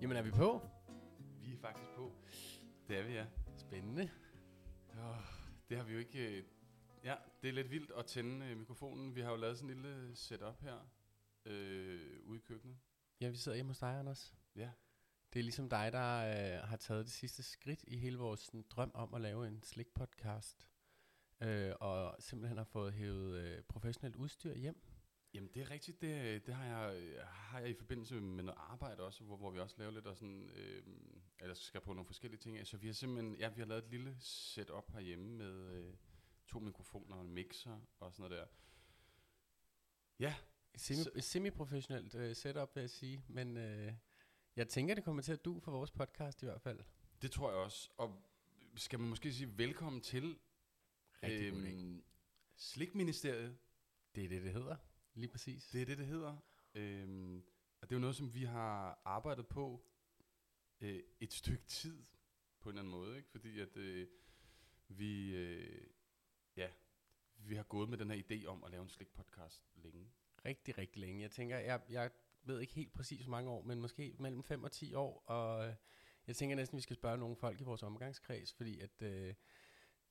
Jamen er vi på? Vi er faktisk på. Det er vi, ja. Spændende. Oh, det har vi jo ikke... øh, Ja, det er lidt vildt at tænde øh, mikrofonen. Vi har jo lavet sådan en lille setup her øh, ude i køkkenet. Ja, vi sidder hjemme hos dig, Anders. Ja. Det er ligesom dig, der øh, har taget det sidste skridt i hele vores sådan, drøm om at lave en slik podcast. Øh, og simpelthen har fået hævet øh, professionelt udstyr hjem. Jamen, det er rigtigt. Det, øh, det har, jeg, øh, har jeg i forbindelse med noget arbejde også, hvor, hvor vi også laver lidt og sådan... Øh, eller skal på nogle forskellige ting af. Så vi har simpelthen... Ja, vi har lavet et lille setup herhjemme med øh, to mikrofoner og en mixer og sådan noget der. Ja, Et Semi, et semi-professionelt øh, setup, vil jeg sige. Men øh, jeg tænker, det kommer til at du for vores podcast i hvert fald. Det tror jeg også. Og skal man måske sige velkommen til Rigtig god øhm, Slikministeriet. Øhm, Det er det, det hedder. Lige præcis. Det er det, det hedder. Øhm, og det er jo noget, som vi har arbejdet på øh, et stykke tid, på en eller anden måde. Ikke? Fordi at øh, vi, øh, ja, vi har gået med den her idé om at lave en slikpodcast længe. rigtig, rigtig længe. Jeg tænker, jeg, jeg ved ikke helt præcis, hvor mange år, men måske mellem 5 og 10 år, og øh, jeg tænker næsten, vi skal spørge nogle folk i vores omgangskreds, fordi at øh,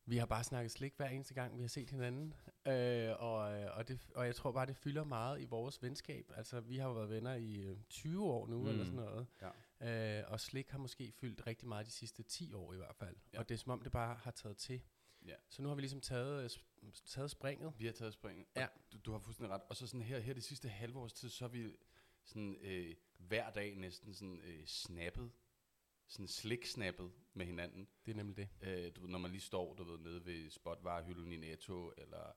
vi har bare snakket slik hver eneste gang, vi har set hinanden, øh, og, øh, og, det, og jeg tror bare, det fylder meget i vores venskab. Altså, vi har jo været venner i øh, 20 år nu, mm. eller Mm. sådan noget, Ja. øh, og slik har måske fyldt rigtig meget de sidste 10 år i hvert fald, ja. Ja. og det er som om, det bare har taget til. Ja. Så nu har vi ligesom taget, øh, sp- taget springet, Vi har taget springet. Ja. Og Du, du har fuldstændig ret. Og så sådan her, her det sidste halve års tid, så har vi sådan, øh, hver dag næsten sådan, øh, snappet. Sådan slik-snappet med hinanden. det er nemlig det. Øh, du ved, når man lige står du ved, nede ved spotvarehylden i Netto, eller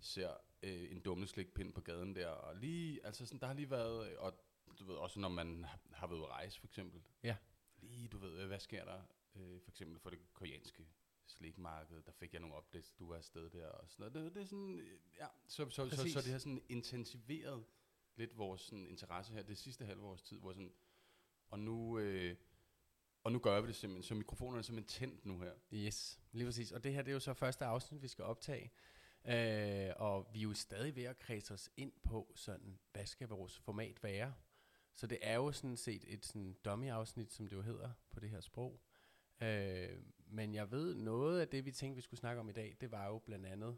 ser øh, en dumme slikpind på gaden der. Og lige, altså sådan, der har lige været, og du ved, også når man har- har været ude at rejse for eksempel. Ja. Lige, du ved, øh, hvad sker der? Øh, for eksempel for det koreanske slikmarked, der fik jeg nogle updates, du var afsted der og sådan noget. Det, det er sådan, øh, ja, så, så, så, så, Præcis. så det har sådan intensiveret lidt vores sådan, interesse her det sidste halve års tid, hvor sådan, og nu, øh, og nu gør vi det simpelthen, så mikrofonerne er simpelthen tændt nu her. Yes, lige præcis. Og det her det er jo så første afsnit, vi skal optage. Øh, og vi er jo stadig ved at kredse os ind på, sådan, hvad skal vores format være? Så det er jo sådan set et sådan dummy-afsnit, som det jo hedder på det her sprog. Øh, men jeg ved, noget af det, vi tænkte, vi skulle snakke om i dag, det var jo blandt andet,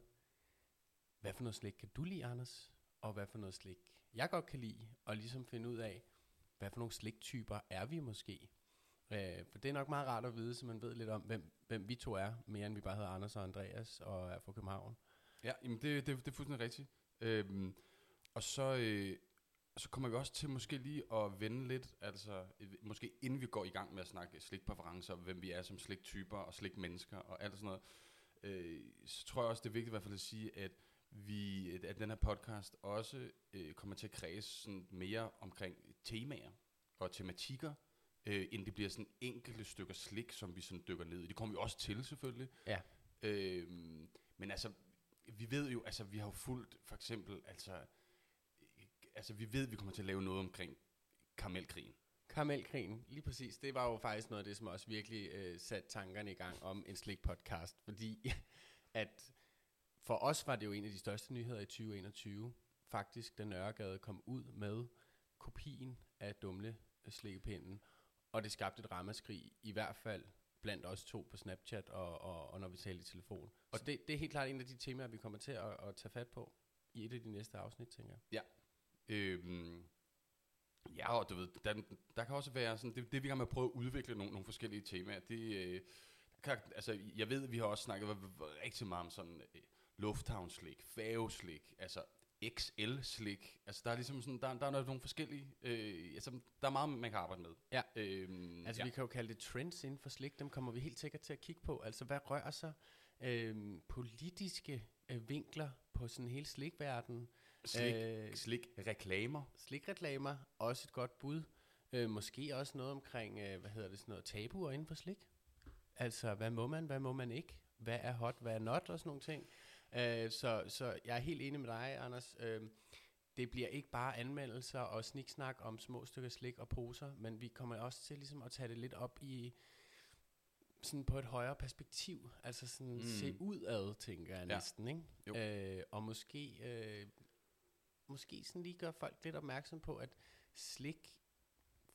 hvad for noget slik kan du lide, Anders? Og hvad for noget slik jeg godt kan lide? Og ligesom finde ud af, hvad for nogle sliktyper er vi måske? Øh, for det er nok meget rart at vide, så man ved lidt om, hvem, hvem vi to er, mere end vi bare hedder Anders og Andreas og er fra København. Ja, jamen det, det, det er fuldstændig rigtigt. Øhm, og så, øh, så kommer vi også til måske lige at vende lidt, altså øh, måske inden vi går i gang med at snakke slikpræferencer, hvem vi er som sliktyper og slikmennesker og alt sådan noget, øh, så tror jeg også, det er vigtigt i hvert fald at sige, at vi, at- at den her podcast også øh, kommer til at kredse sådan mere omkring temaer og tematikker, øh, end det bliver sådan enkelte stykker slik, som vi sådan dykker ned i. Det kommer vi også til selvfølgelig. Ja. Øh, men altså, vi ved jo, altså vi har jo fulgt for eksempel, altså, øh, altså vi ved, vi kommer til at lave noget omkring karamelkrigen. Karamelkrigen, lige præcis. Det var jo faktisk noget af det, som også virkelig øh, satte tankerne i gang om en slik podcast, fordi at for os var det jo en af de største nyheder i 2021. Faktisk, da Nørregade kom ud med kopien af Dumle øh, slikkepinden, og det skabte et ramaskrig, i hvert fald blandt os to på Snapchat og, og, og når vi talte i telefon. Og det, det er helt klart en af de temaer, vi kommer til at, at tage fat på i et af de næste afsnit, tænker jeg. Øhm, ja, og du ved, der, der kan også være sådan, det, det vi kan med at prøve at udvikle nogle, nogle forskellige temaer, det øh, kan, altså, jeg ved, vi har også snakket v- v- rigtig meget om sådan øh, lufthavnslik, færgeslik, altså XL-slik, altså der er ligesom sådan, der, der er nogle forskellige, øh, altså, der er meget, man kan arbejde med. Ja. Øhm, Altså, ja. vi kan jo kalde det trends inden for slik. Dem kommer vi helt sikkert til at kigge på. Altså, hvad rører sig øhm, politiske øh, vinkler på sådan hele slikverdenen? Slik, Øh, slik reklamer. slikreklamer, også et godt bud. Øh, måske også noget omkring, øh, hvad hedder det, sådan noget tabuer inden for slik? Altså, hvad må man, hvad må man ikke? Hvad er hot, hvad er not, og sådan nogle ting. Øh, så, så jeg er helt enig med dig, Anders. Øh, det bliver ikke bare anmeldelser og sniksnak om små stykker slik og poser, men vi kommer også til ligesom at tage det lidt op i sådan på et højere perspektiv, altså sådan mm. Mm. se udad, tænker jeg Ja. næsten, Jo. ikke? Øh, og måske, øh, måske sådan lige gøre folk lidt opmærksom på, at slik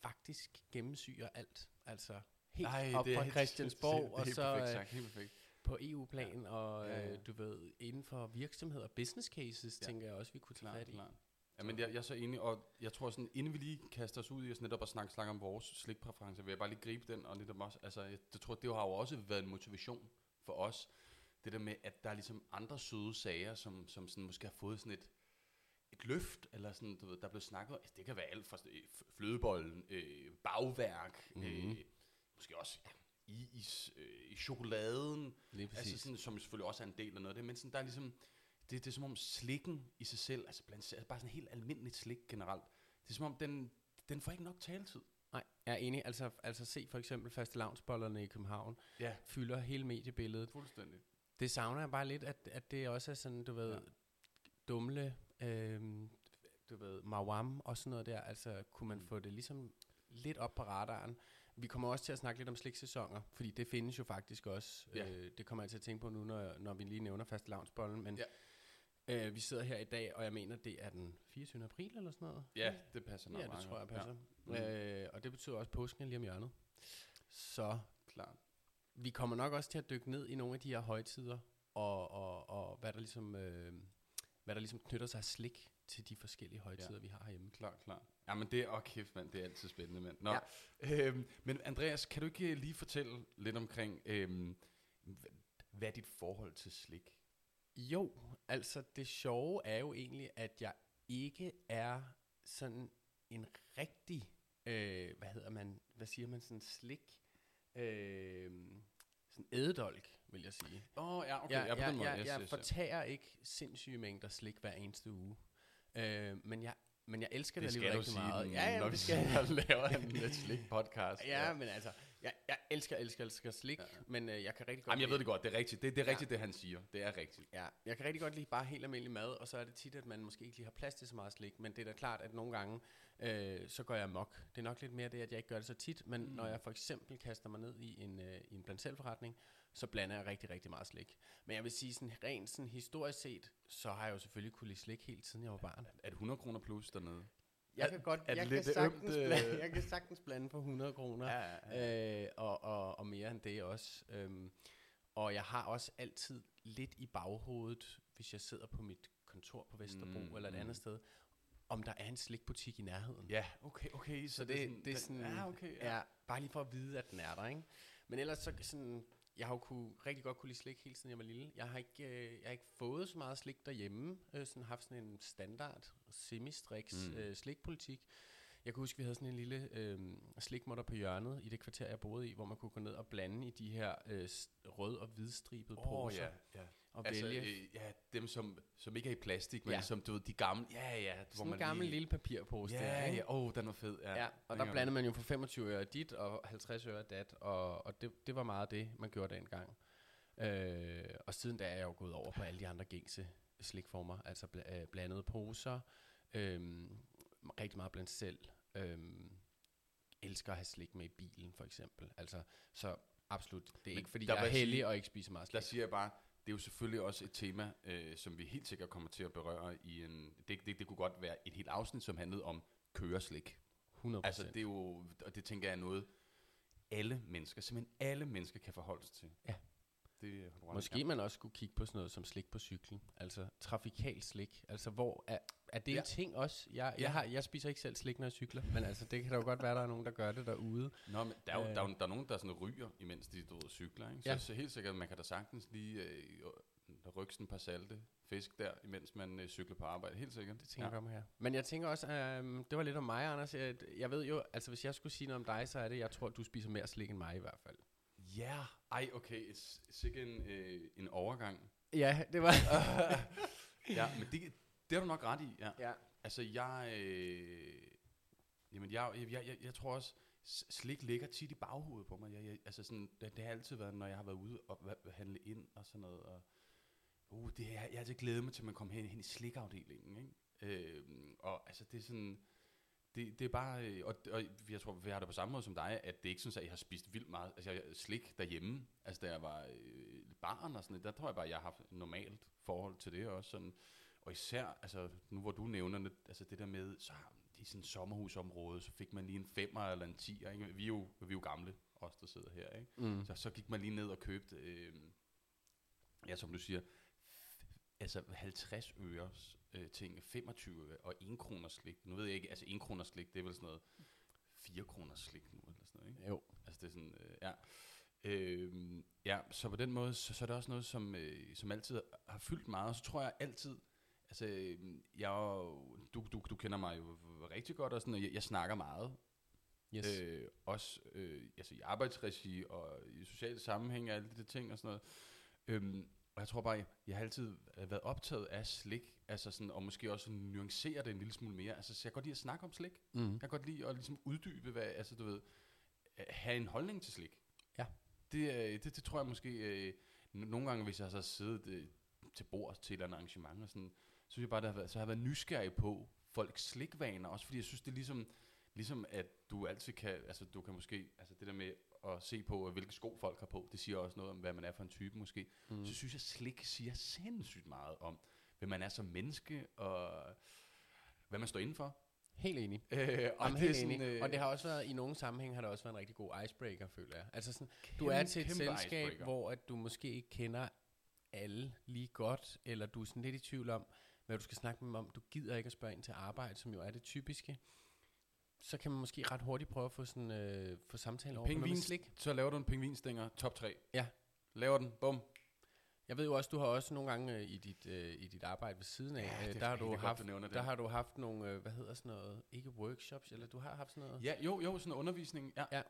faktisk gennemsyrer alt. Altså helt Nej, op det er fra helt- Christiansborg, det er og helt så perfekt øh, sagt, helt perfekt. på EU-plan, og Ja, ja. øh, du ved, inden for virksomheder, business cases, Ja. tænker jeg også, vi kunne tage Klart, fat i. klart. Ja, men jeg, jeg er så enig, og jeg tror sådan, inden vi lige kaster os ud i at netop at snakke, snakke om vores slikpræferencer, vil jeg bare lige gribe den, og netop også, altså, jeg, jeg tror, det har jo også været en motivation for os, det der med, at der er ligesom andre søde sager, som, som sådan måske har fået sådan et, et løft, eller sådan, du ved, der er blevet snakket, altså, det kan være alt fra sådan, øh, f- flødebollen, øh, bagværk, mm-hmm. øh, måske også ja, i is, øh, i chokoladen, Lige Altså sådan, som selvfølgelig også er en del af noget af det, men sådan, der er ligesom, det, det er som om slikken i sig selv, altså, blandt, altså bare sådan helt almindeligt slik generelt, det er som om, den, den får ikke nok taletid. Nej, jeg er enig. Altså, altså se for eksempel faste lavnsbollerne i København Ja. fylder hele mediebilledet. Fuldstændig. Det savner jeg bare lidt, at, at det også er sådan, du ved, Ja. ja. dumle, øhm, du ved, mawam og sådan noget der. Altså, kunne man Mm. mm. få det ligesom lidt op på radaren? Vi kommer også til at snakke lidt om sliksæsoner, fordi det findes jo faktisk også. Ja. Øh, det kommer jeg til at tænke på nu, når, når vi lige nævner faste lavnsbollen. Men Ja. øh, vi sidder her i dag, og jeg mener, det er den 24. april eller sådan noget. Ja, det passer nok Ja, det meget tror jeg godt. passer. Mm. Ja. Øh, og det betyder også, at påsken er lige om hjørnet. Så Ja, klart. vi kommer nok også til at dykke ned i nogle af de her højtider, og, og, og hvad, der ligesom, øh, hvad der ligesom knytter sig af slik til de forskellige højtider, ja. vi har herhjemme. Klart, klart. Ja, men det er, åh kæft mand, det er altid spændende mand. Nå. Ja. Øhm, men Andreas, kan du ikke øh, lige fortælle lidt omkring, øhm, hva- hvad er dit forhold til slik? Jo, altså det sjove er jo egentlig, at jeg ikke er sådan en rigtig, øh, hvad hedder man, hvad siger man, sådan slik, øh, sådan ædedolk, vil jeg sige. Åh, oh, ja, okay, jeg, ja, på jeg, den måde. jeg, yes, jeg yes, yes. fortærer ikke sindssyge mængder slik hver eneste uge. Øh, men, jeg, men jeg elsker det, Det skal alligevel du rigtig sige, meget. den, ja, ja, når men vi det skal jeg. laver en øh, slik-podcast. Ja, men altså, jeg, jeg elsker, elsker, elsker slik, Ja, ja, ja. men øh, jeg kan rigtig godt Jamen, jeg ved lide- det godt, det er rigtigt. Det, det er Ja. rigtigt, det han siger. Det er rigtigt. Ja, jeg kan rigtig godt lide bare helt almindelig mad, og så er det tit, at man måske ikke lige har plads til så meget slik, men det er da klart, at nogle gange, øh, så går jeg mok. Det er nok lidt mere det, at jeg ikke gør det så tit, men Mm. mm. når jeg for eksempel kaster mig ned i en, øh, i en blandt selvforretning, så blander jeg rigtig, rigtig meget slik. Men jeg vil sige, sådan, rent sådan historisk set, så har jeg jo selvfølgelig kunne lide slik helt siden jeg var barn. Er det 100 kroner plus dernede? Jeg kan godt, er det jeg, kan lidt øh? det sagtens ømte- blande, jeg kan sagtens blande for 100 kroner. ja. Øh, og, og, og mere end det også. Øhm, og jeg har også altid lidt i baghovedet, hvis jeg sidder på mit kontor på Vesterbro Mm, mm, eller et mm. andet sted, om der er en slikbutik i nærheden. Ja, okay, okay. Så, Så det, det, det er sådan, Ja, ah, okay. Ja. ja, bare lige for at vide, at den er der, ikke? Men ellers så sådan, jeg har jo kunne, rigtig godt kunne lide slik hele tiden, jeg var lille. Jeg har ikke, øh, jeg har ikke fået så meget slik derhjemme. Øh, sådan haft sådan en standard semi-striks Mm. mm. øh, slikpolitik. Jeg kan huske, vi havde sådan en lille øh, slikmutter på hjørnet i det kvarter, jeg boede i, hvor man kunne gå ned og blande i de her øh, s- rød- og hvidstribede Åh, poser ja, ja. og Altså, vælge. øh, ja, dem som, som ikke er i plastik, men Ja. som, du ved, de gamle. Ja, ja. Hvor sådan en gammel lige, lille papirpose der, Ja, ikke? ja. Åh, oh, den var fed. Ja, Ja, og den der kan blandede man jo for 25 øre dit og 50 øre dat, og, og det, det var meget det, man gjorde dengang. Øh, og siden da er jeg jo gået over på alle de andre gængse slikformer, altså bl- øh, blandede poser, øh, rigtig meget blandt selv. Øh, elsker at have slik med i bilen, for eksempel. Altså, så absolut, det er Men ikke, fordi der jeg vil er jeg sige- heldig og ikke spiser meget Der slik. siger jeg bare, det er jo selvfølgelig også et tema, øh, som vi helt sikkert kommer til at berøre i en... Det, det, det kunne godt være et helt afsnit, som handlede om køreslik. 100 Altså, det er jo... Og det tænker jeg er noget, alle mennesker, simpelthen alle mennesker kan forholde sig til. Ja. Det har du ret i. Måske man også skulle kigge på sådan noget som slik på cyklen. Altså trafikal slik. Altså hvor er, er det Ja. ja. en ting også? Jeg, Ja. jeg, har, jeg spiser ikke selv slik, når jeg cykler. Men altså det kan da jo godt være, der er nogen, der gør det derude. Nå, men der er, jo, Øh. der, er jo, der er nogen, der sådan ryger, imens de du ved, cykler, ikke? Så, ja. Ja. så helt sikkert, man kan da sagtens lige øh, øh, rykke sådan et par salte fisk der, imens man øh, cykler på arbejde. Helt sikkert. Det tænker ja. jeg om her. Men jeg tænker også, øhm, det var lidt om mig, Anders. Jeg, jeg ved jo, altså hvis jeg skulle sige noget om dig, så er det, jeg tror, du spiser mere slik end mig i hvert fald. Ja. Yeah. Ej, okay. et s- Sikke en, øh, en overgang. Ja, det var... ja, men det, det har du nok ret i, ja. ja. Altså, jeg... Øh, jamen, jeg, jeg, jeg, jeg, jeg tror også, s- slik ligger tit i baghovedet på mig. Jeg, jeg, altså, sådan, det, det har altid været, når jeg har været ude og hva- handle ind og sådan noget. Og, uh, det, her- jeg, jeg har altid glædet mig til, at man kom hen, hen i slikafdelingen, ikke? Øh, og altså, det er sådan... Det, det er bare, øh, og, og jeg tror, vi har det på samme måde som dig, at det er ikke sådan, at jeg har spist vildt meget altså, jeg, slik derhjemme. Altså, da jeg var øh, barn og sådan noget, der tror jeg bare, at jeg har haft et normalt forhold til det også. Sådan, og især, altså, nu hvor du nævner det, altså det der med, så har de sådan et sommerhusområde, så fik man lige en femmer eller en tier. Ikke? Vi, er jo, vi er jo gamle, os der sidder her. Ikke? Mm. Så, så gik man lige ned og købte, øh, ja, som du siger, f- altså 50 øres øh, ting, 25 øre og 1 kroner slik. Nu ved jeg ikke, altså 1 kroner slik, det er vel sådan noget 4 kroner slik nu, eller sådan noget, ikke? Jo. Altså det er sådan, øh, ja. Øh, ja, så på den måde, så, så er det også noget, som, øh, som altid har fyldt meget, og så tror jeg altid, altså øh, jeg, er jo- du, du, du kender mig jo rigtig godt, og sådan, og jeg, jeg snakker meget, Yes. Øh. Øh, også øh, altså i arbejdsregi og i sociale sammenhæng og alle de der ting og sådan noget. Øhm, og jeg tror bare, jeg, jeg har altid øh, været optaget af slik, altså sådan, og måske også nuancere det en lille smule mere. Altså, så jeg kan godt lide at snakke om slik. Mm. Jeg kan godt lide at ligesom uddybe, hvad, altså du ved, at have en holdning til slik. Ja. Det, øh, det, det tror jeg måske, øh, no- nogle gange, hvis jeg så har siddet øh, til bord til et eller andet arrangement, og sådan, så synes jeg bare, det har været, så har jeg været nysgerrig på folks slikvaner, også fordi jeg synes, det er ligesom, ligesom at du altid kan, altså du kan måske, altså det der med at se på, øh, hvilke sko folk har på, det siger også noget om, hvad man er for en type måske. Mm. Mm. Så synes jeg, slik siger sindssygt meget om, hvem man er som menneske, og hvad man står indenfor. Helt enig. Øh, og, Og, det Jamen, er helt sådan, enig. øh, og det har også været, i nogle sammenhæng har det også været en rigtig god icebreaker, føler jeg. Altså sådan, du er til et selskab, icebreaker. hvor at du måske ikke kender alle lige godt, eller du er sådan lidt i tvivl om, hvad du skal snakke med dem om. Du gider ikke at spørge ind til arbejde, som jo er det typiske. Så kan man måske ret hurtigt prøve at få, sådan, øh, få samtale over på noget med Pingvin- slik. Så laver du en pingvinstænger top 3. Ja. Laver den, bum. Jeg ved jo også, du har også nogle gange øh, i dit, øh, i dit arbejde ved siden af, Ja, det øh, er der, har rigtig du godt, haft, du nævner der det. har du haft nogle, øh, hvad hedder sådan noget, ikke workshops, eller du har haft sådan noget? Ja, jo, jo, sådan en undervisning. Ja. Ja.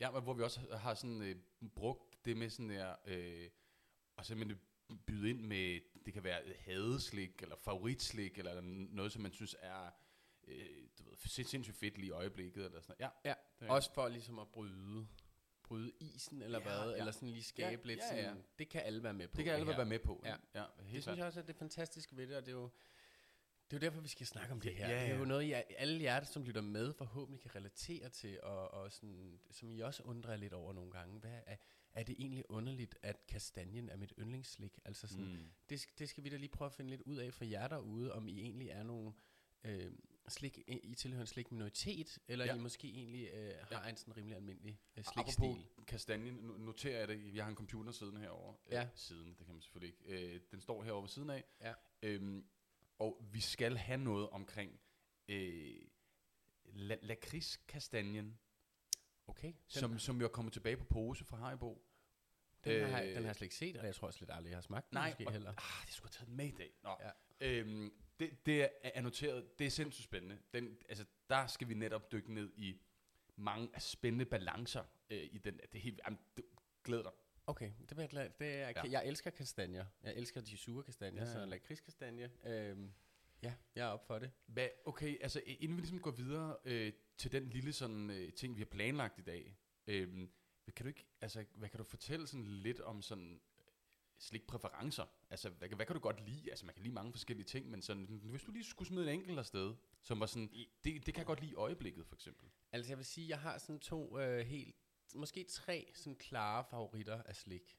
ja men hvor vi også har sådan øh, brugt det med sådan der, øh, og simpelthen byde ind med, det kan være hadeslik, eller favoritslik, eller noget, som man synes er øh, du ved, sind- sindssygt fedt lige i øjeblikket, eller sådan noget. Ja, Ja, det er Også for ligesom at bryde, bryde isen, eller Ja, ja, hvad, ja. ja. eller sådan lige skabe Ja, lidt ja, ja. sådan, det kan alle være med på. det kan alle her. være med på. Ja. ja Det helt synes klart. jeg også er det fantastiske ved det, og det er jo, det er jo derfor, vi skal snakke om det her. Ja, Det ja. er jo noget, jeg, alle jer, som lytter med, forhåbentlig kan relatere til, og, og sådan, som I også undrer jer lidt over nogle gange. Hvad er, er det egentlig underligt, at kastanjen er mit yndlingsslik? Altså sådan, mm. Mm. det, sk- det skal vi da lige prøve at finde lidt ud af for jer derude, om I egentlig er nogle... Øh, slik, I tilhører en slik minoritet, eller Ja. ja. I måske egentlig øh, har ja. en sådan rimelig almindelig øh, slikstil. Apropos kastanjen, nu- noterer jeg det. Jeg har en computer siden herovre. Øh, Ja. siden, det kan man selvfølgelig ikke. Øh, den står herovre ved siden af. Ja. Øhm, og vi skal have noget omkring øh, la- lakridskastanjen, Okay, den, som, som, som jo er kommet tilbage på pose fra Haribo. den, øh, har, jeg- øh, den har jeg slet ikke set, og jeg tror slet aldrig, jeg har smagt den Nej, måske og- heller. Ah, det skulle have taget den med i dag. Nå. Ja. Øhm, det, det er- er noteret. Det er sindssygt spændende. Den, altså, der skal vi netop dykke ned i mange spændende balancer øh, i den. Det er helt, jamen, det, glæder dig. Okay, det vil jeg glad. Det er, Ja. ja. Jeg elsker kastanjer. Jeg elsker de sure kastanjer, Ja, ja, ja. ja. så lakridskastanje. Øhm, ja, jeg er op for det. Hvad, okay, altså i- inden vi ligesom går videre øh, til den lille sådan øh, ting, vi har planlagt i dag, øh, kan du ikke, altså, hvad kan du fortælle sådan lidt om sådan øh, slikpræferencer? Altså, hvad, kan- hvad kan du godt lide? Altså, man kan lide mange forskellige ting, men sådan, hvis du lige skulle smide en enkelt afsted, som var sådan, det, det kan jeg godt lide i øjeblikket, for eksempel. Altså jeg vil sige, jeg har sådan to øh, helt, måske tre sådan klare favoritter af slik.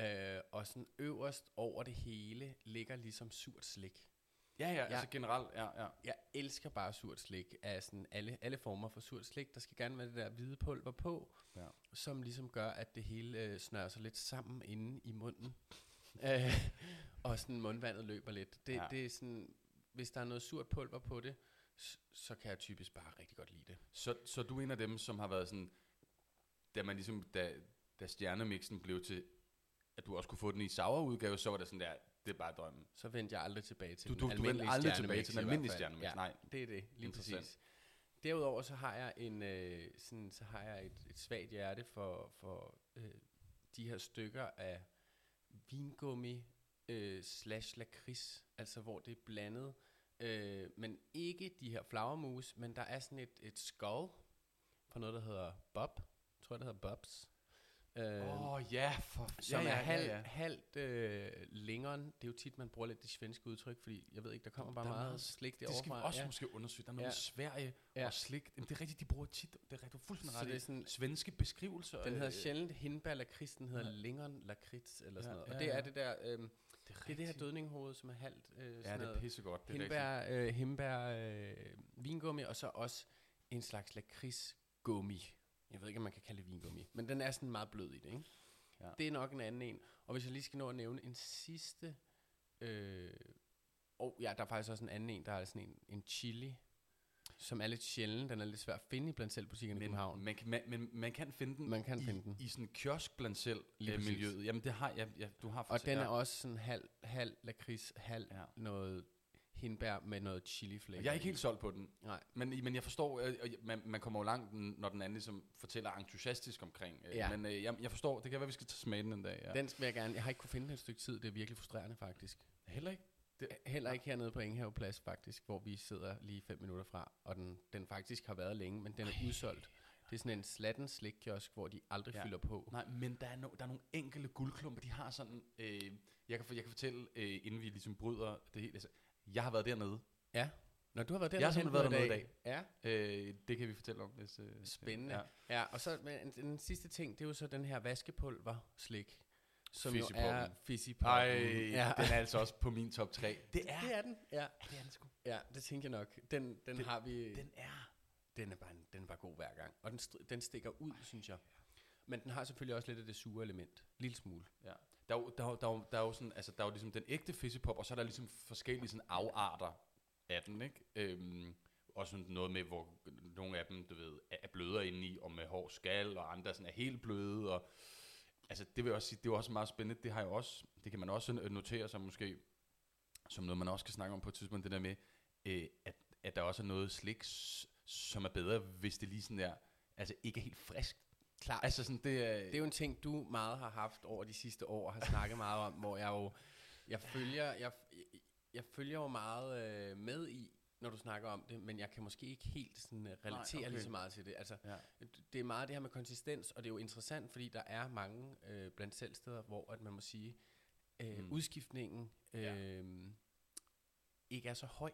Øh, og sådan øverst over det hele ligger ligesom surt slik. Ja, ja, ja. altså generelt, ja, ja. Jeg elsker bare surt slik af sådan alle, alle former for surt slik. Der skal gerne være det der hvide pulver på, Ja. ja. som ligesom gør, at det hele øh, snører sig lidt sammen inde i munden. Øh, og sådan mundvandet løber lidt. Det, Ja. ja. det er sådan, hvis der er noget surt pulver på det, s- så kan jeg typisk bare rigtig godt lide det. Så, så du er en af dem, som har været sådan, da man ligesom, da, da stjernemixen blev til, at du også kunne få den i sauer udgave, så var det sådan der, det er bare drømmen. Så vendte jeg aldrig tilbage til Du, den du, du vendte almindelige aldrig tilbage stjernemix til den i hvert almindelige fald. stjernemix. Ja. Ja. Nej. Det er det, lige Interessant. præcis. Derudover så har jeg en øh, sådan, så har jeg et, et svagt hjerte for for øh, de her stykker af vingummi øh, slash lakrids, altså hvor det er blandet, øh, men ikke de her flagermus, men der er sådan et et skov på noget der hedder bob, tror jeg det hedder bobs. Øh, Åh, Nå ja, for Som ja, er ja, halvt, ja, ja. halvt øh, længeren. Det er jo tit, man bruger lidt det svenske udtryk, fordi jeg ved ikke, der kommer bare Der er meget, meget- slik Det skal vi derovre også ja. måske undersøge. Der er noget Ja. med Sverige Ja. og slik. Jamen, det er rigtigt, de bruger tit. Det er rigtigt, du er fuldstændig Så ret det er i. sådan, Svenske beskrivelser. den øh, hedder sjældent hindbær lakrids, den hedder Ja. ja. lingeren lakrids, eller sådan Ja, noget. ja, Og det ja. er det der, øh, det Det er, er det her rigtigt. dødninghoved, som er halvt øh, sådan Ja, det er noget pissegodt. Det er rigtigt. hindbær, øh, hindbær øh, vingummi, og så også en slags lakridsgummi. Jeg ved ikke, om man kan kalde det vingummi, men den er sådan meget blød i det, ikke? Ja. Det er nok en anden en. Og hvis jeg lige skal nå at nævne en sidste... Øh, og ja, der er faktisk også en anden en, der er sådan en, en chili, som er lidt sjælden. Den er lidt svær at finde blandt selv butikkerne i København. Men, man, kan- man, man, man kan finde den, Man kan i, finde den. i sådan en kiosk blandt selv Lige øh, præcis. miljøet. Jamen det har jeg, ja, du har Og den ja. er også sådan halv, halv lakrids, halv Ja. ja. noget hindbær med noget chili flavor. Jeg er ikke i. helt solgt på den, Nej. men, men jeg forstår, øh, og jeg- man, man kommer jo langt, n- når den anden ligesom fortæller entusiastisk omkring. Øh, Ja. Men øh, jeg, jeg forstår, det kan være, vi skal tage smagen en dag. Ja. Den vil jeg gerne. Jeg har ikke kunne finde den et stykke tid. Det er virkelig frustrerende, faktisk. Heller ikke. Heller ikke hernede på Engehave Plads, faktisk, hvor vi sidder lige fem minutter fra. Og den, den faktisk har været længe, men den er udsolgt. Det er sådan en slatten slikkiosk, hvor de aldrig Ja. ja. fylder på. Nej, men der er, no, der er nogle enkelte guldklumper, de har sådan, øh, jeg, kan, for- jeg kan fortælle, øh, inden vi ligesom bryder det hele. Altså, jeg har været dernede. Ja. Når du har været der, Jeg har simpelthen været dernede i Ja, Øh, det kan vi fortælle om. Hvis, øh, spændende. Ja. Ja, ja og så men, den, den sidste ting, det er jo så den her vaskepulver slik, som jo er Fizzypoppen. fissipoppen. Ej, ja. den er altså også på min top 3. Det er, det er den. Ja, det er den sgu. ja det tænker jeg nok. Den, den, den har vi... Den er. den er bare en, den er bare god hver gang. Og den, stri- den stikker ud, synes jeg. Men den har selvfølgelig også lidt af det sure element. Lille smule. Ja. Der er, jo, der, er, jo- der, er, jo- der er jo sådan, altså, der er jo ligesom den ægte fissepop, og så er der ligesom forskellige sådan afarter af den, ikke? Øhm, og sådan noget med, hvor nogle af dem, du ved, er er blødere indeni, og med hård skal, og andre sådan er helt bløde, og altså, det vil jeg også sige, det er jo også meget spændende, det har jeg også, det kan man også sådan, øh, notere sig måske, som noget, man også kan snakke om på et tidspunkt, det der med, øh, at, at der også er noget slik, s- som er bedre, hvis det lige sådan er, altså ikke er helt frisk. Klart. Altså sådan, det er... Det er jo en ting, du meget har haft over de sidste år, og har snakket meget om, hvor jeg jo, jeg følger, jeg, jeg, jeg følger jo meget øh, med i, når du snakker om det, men jeg kan måske ikke helt sådan, øh, relatere Nej, okay. okay. lige så meget til det. Altså, Ja. d- det er meget det her med konsistens, og det er jo interessant, fordi der er mange øh, blandt selv steder, hvor at man må sige, øh, Mm. mm. udskiftningen øh, Ja. ikke er så høj.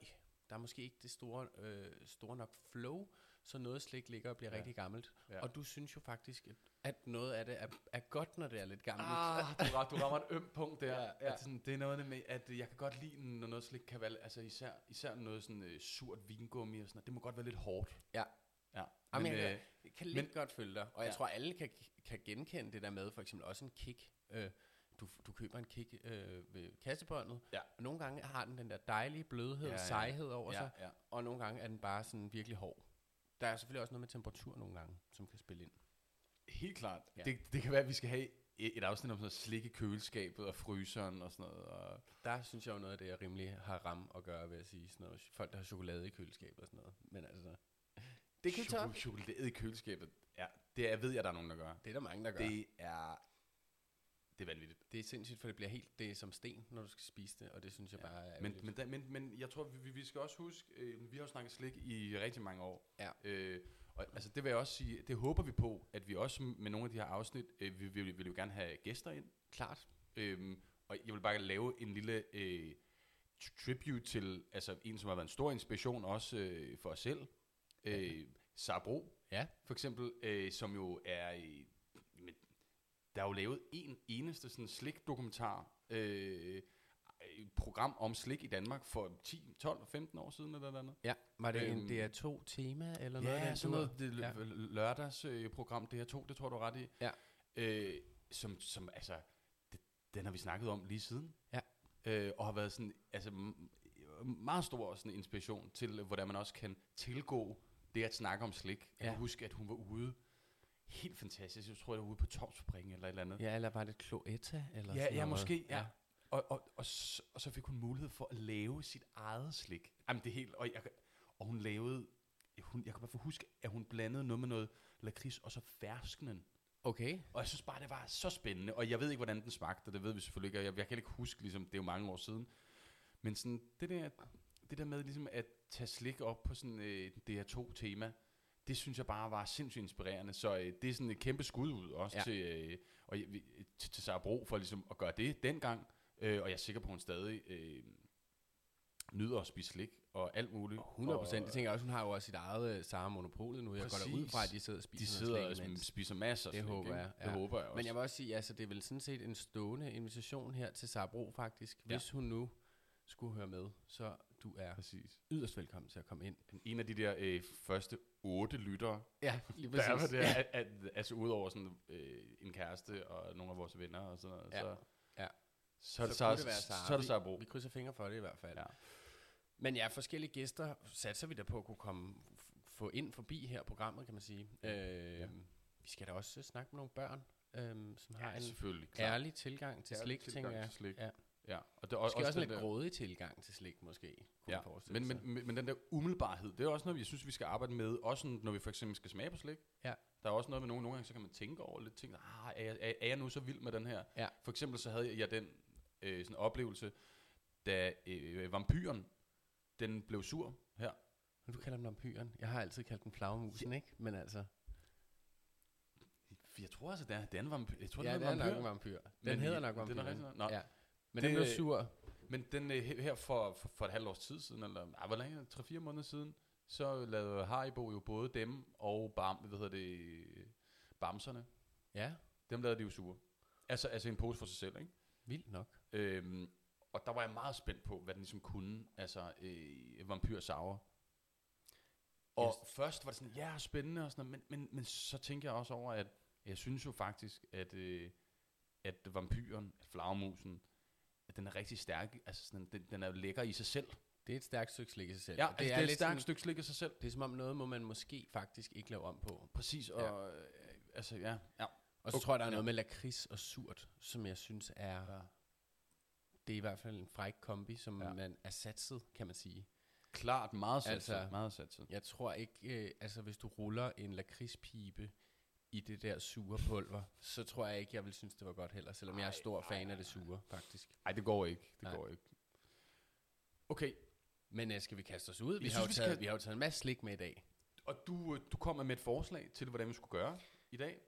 Der er måske ikke det store, øh, store nok flow, så noget slik ligger og bliver Ja. ja. rigtig gammelt. Ja. Ja. Og du synes jo faktisk, at, at noget af det er, er godt, når det er lidt gammelt. Ah, du, ram- du rammer et ømt punkt der. Ja, ja, ja. ja. At sådan, det er noget med, at øh, jeg kan godt lide, når noget slik kan være, altså især, især noget sådan øh, surt vingummi og sådan noget. Det må godt være lidt hårdt. Ja. Ja. Jamen, jeg Men, kan- øh, Jeg kan lidt godt følge dig, og jeg Ja. tror, alle kan, kan genkende det der med, for eksempel også en kick. Øh, du, du køber en kick øh, ved kassebåndet, Ja. og nogle gange har den den der dejlige blødhed Ja, og ja. sejhed over ja, sig, ja. og nogle gange er den bare sådan virkelig hård. Der er selvfølgelig også noget med temperatur nogle gange, som kan spille ind. Helt klart. Ja. Ja. Det, det kan være, at vi skal have et et afsnit om sådan noget slik i køleskabet og fryseren og sådan noget. Og Der synes jeg jo noget af det, jeg rimelig har ram at gøre ved at sige sådan noget. Folk, der har chokolade i køleskabet og sådan noget. Men altså, det kan vi tage op. choko- chokolade i køleskabet. Ja, det er, ved jeg, der er nogen, der gør. Det er der mange, der gør. Det, Det er, det er vanvittigt. det er sindssygt, for det bliver helt det er som sten, når du skal spise det, og det synes jeg Ja. ja. bare er Men, ærgerligt. men, da, men, men jeg tror, vi- vi, vi skal også huske, øh, vi har jo snakket slik i rigtig mange år. Ja. Øh, og altså, det vil jeg også sige, det håber vi på, at vi også med nogle af de her afsnit, øh, vi vi vil, vil jo gerne have gæster ind. Klart. Øh, og jeg vil bare lave en lille øh, t- tribute til altså, en, som har været en stor inspiration også øh, for os selv. Øh, Sabro, Ja. for eksempel, øh, som jo er... Øh, men der er jo lavet en eneste sådan slik-dokumentar, øh, et program om slik i Danmark for 10, 12, 15 år siden eller noget andet. Ja, var det Øhm, en DR2-tema eller noget? af Ja, den sådan dur? noget det Ja. ja. lørdagsprogram, det her to, det tror jeg, du er ret i. Ja. Øh, som, som, altså, det, den har vi snakket om lige siden. Ja. Øh, og har været sådan, altså, m- meget stor sådan inspiration til, øh, hvordan man også kan tilgå det at snakke om slik. Jeg Ja. kan huske, at hun var ude, helt fantastisk, jeg tror, jeg var ude på Tomsfabrikken eller et eller andet. Ja, eller var det Cloetta? Eller Ja, sådan ja noget? måske, ja. Og, og, og, så, og så fik hun mulighed for at lave sit eget slik. Jamen, det er helt... Og, jeg, kan- og hun lavede... Hun, jeg kan bare få huske, at hun blandede noget med noget lakrids, og så ferskenen. Okay. Og jeg synes bare, det var så spændende. Og jeg ved ikke, hvordan den smagte, og det ved vi selvfølgelig ikke. og Jeg, jeg kan ikke huske, ligesom, det er jo mange år siden. Men sådan, det der, det der med ligesom at tage slik op på sådan øh, DR2-tema, det synes jeg bare var sindssygt inspirerende. Så øh, det er sådan et kæmpe skud ud også ja. Ja. til... Øh, og jeg, vi- til Sara Bro for ligesom at gøre det dengang, øh, og jeg er sikker på, at hun stadig øh, nyder at spise slik og alt muligt. 100 procent. Og Jeg tænker også, hun har jo også sit eget øh, samme monopolet nu. Jeg går da ud Præcis. fra, at de sidder og De spiser sidder noget og slik sm- imens. spiser masser af Det slik, håber ikke? jeg, Det ja. håber jeg også. Men jeg vil også sige, altså det er vel sådan set en stående invitation her til Sabro faktisk. Ja. Hvis hun nu skulle høre med, så du er Præcis. yderst velkommen til at komme ind. En af de der øh, første otte lyttere, Ja, lige der er på præcis. det her, at, at, altså udover sådan øh, en kæreste og nogle af vores venner og sådan noget, Ja. så, Ja. så, er det Så kunne Sara- det være Sara. så er det Sara Bro. Vi krydser fingre for det i hvert fald. Ja. Men ja, forskellige gæster satser vi da på at kunne komme, f- få ind forbi her programmet, kan man sige. Øh, Ja. Vi skal da også øh, snakke med nogle børn, øh, som har Ja, en selvfølgelig. klart. ærlig tilgang til Ærlig slik, tænker tilgang jeg. til slik. Ja. Ja. Og det er Måske også, den en lidt der- grådig tilgang til slik, måske. Kunne Ja, man forestille men, sig. men, men, men den der umiddelbarhed, det er også noget, jeg synes, vi skal arbejde med, også sådan, når vi for eksempel skal smage på slik. Ja. Der er også noget med nogen, nogle gange, så kan man tænke over lidt ting, ah, er, jeg, er, er jeg nu så vild med den her? Ja. For eksempel så havde jeg, jeg den øh, sådan oplevelse, da øh, vampyren, den blev sur her. Men Du kalder den vampyren. Jeg har altid kaldt den flagermusen, ikke? Men altså... Jeg tror altså, det er, det er en vampyr. Jeg tror, ja, det det er en nok vampyr. en vampyr. Den Men hedder i- nok det er da vampyren. rigtigt nok. Nå. Ja. Men Det- den blev sur. Men den øh, he- her for, for, for et halvt års tid siden, eller ah, hvor længe, 3-4 måneder siden, så lavede Haribo jo både dem og Bam, hvad hedder det, øh, Bamserne. Ja, Dem lavede de jo sure. Altså, altså en pose for sig selv, ikke? vildt nok. Øhm, og der var jeg meget spændt på, hvad den ligesom kunne, altså øh, vampyr sauer. Og yes. først var det sådan, ja, spændende og sådan noget, men, men, men så tænker jeg også over, at jeg synes jo faktisk, at, øh, at vampyren, at flagermusen, at den er rigtig stærk, altså sådan, den, den er jo lækker i sig selv. Det er et stærkt stykke slik i sig selv. Ja, Og det, altså, er, det er et lidt stærkt sådan- stykke slik i sig selv. Det er som om noget, må man måske faktisk ikke lave om på. Præcis, og Ja. ja. Øh, altså ja, ja. Og så Okay, tror jeg, der er ja. noget med lakrids og surt, som jeg synes er... Ja. Det er i hvert fald en fræk kombi, som Ja. man er satset, kan man sige. klart meget satset. Altså- Altså, meget satset. Jeg tror ikke, øh, altså hvis du ruller en lakridspibe i det der sure pulver, så tror jeg ikke, jeg vil synes, det var godt heller, selvom jeg er Ej, stor ej, fan ej, af det sure, faktisk. Nej, det går ikke. Det Nej. Nej. går ikke. Okay, Men øh, skal vi kaste os ud? Vi, Jeg har, synes, vi jo taget, skal- vi har jo taget en masse slik med i dag. og du, øh, du kommer med et forslag til, hvordan vi skulle gøre i dag.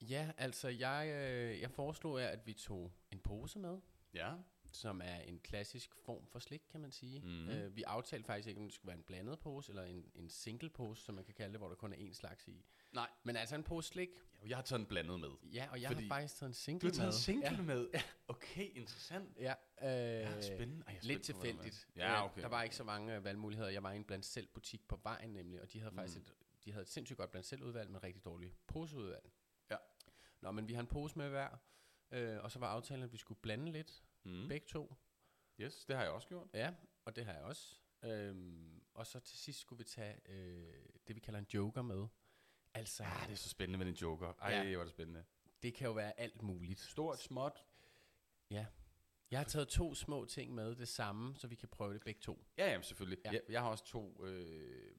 Ja, altså jeg, øh, jeg foreslog jer, at vi tog en pose med, Ja. som er en klassisk form for slik, kan man sige. Mhm. Øh, vi aftalte faktisk ikke, om det skulle være en blandet pose, eller en, en single pose, som man kan kalde det, hvor der kun er én slags i. Nej. Men altså en pose slik. Jeg har taget en blandet med. Ja, og jeg Fordi- har faktisk taget en single Du har taget med. en single ja. med? Okay, interessant. Ja, ja Ja, øh, spændende. Ej, jeg Lidt er spændt på, hvordan tilfældigt. det er. Ja, Øh, okay. Der var ikke så mange øh, valgmuligheder. Jeg var i en blandt selv butik på vejen nemlig, og de havde Mm. faktisk et, de havde et sindssygt godt blandt selv udvalg, men rigtig dårligt poseudvalg. Ja. Nå, men vi har en pose med hver, øh, og så var aftalen, at vi skulle blande lidt, mm. Mm. begge to. Yes, det har jeg også gjort. Ja, og det har jeg også. Øhm, og så til sidst skulle vi tage øh, det, vi kalder en joker med. Altså, Ah, det er så spændende med den joker. Ej, Ja. ja. var det spændende. det kan jo være alt muligt. Stort, småt. Jeg har taget to små ting med det samme, så vi kan prøve det begge to. Ja, jamen selvfølgelig. Ja. Ja. Jeg, jeg har også to... Øh,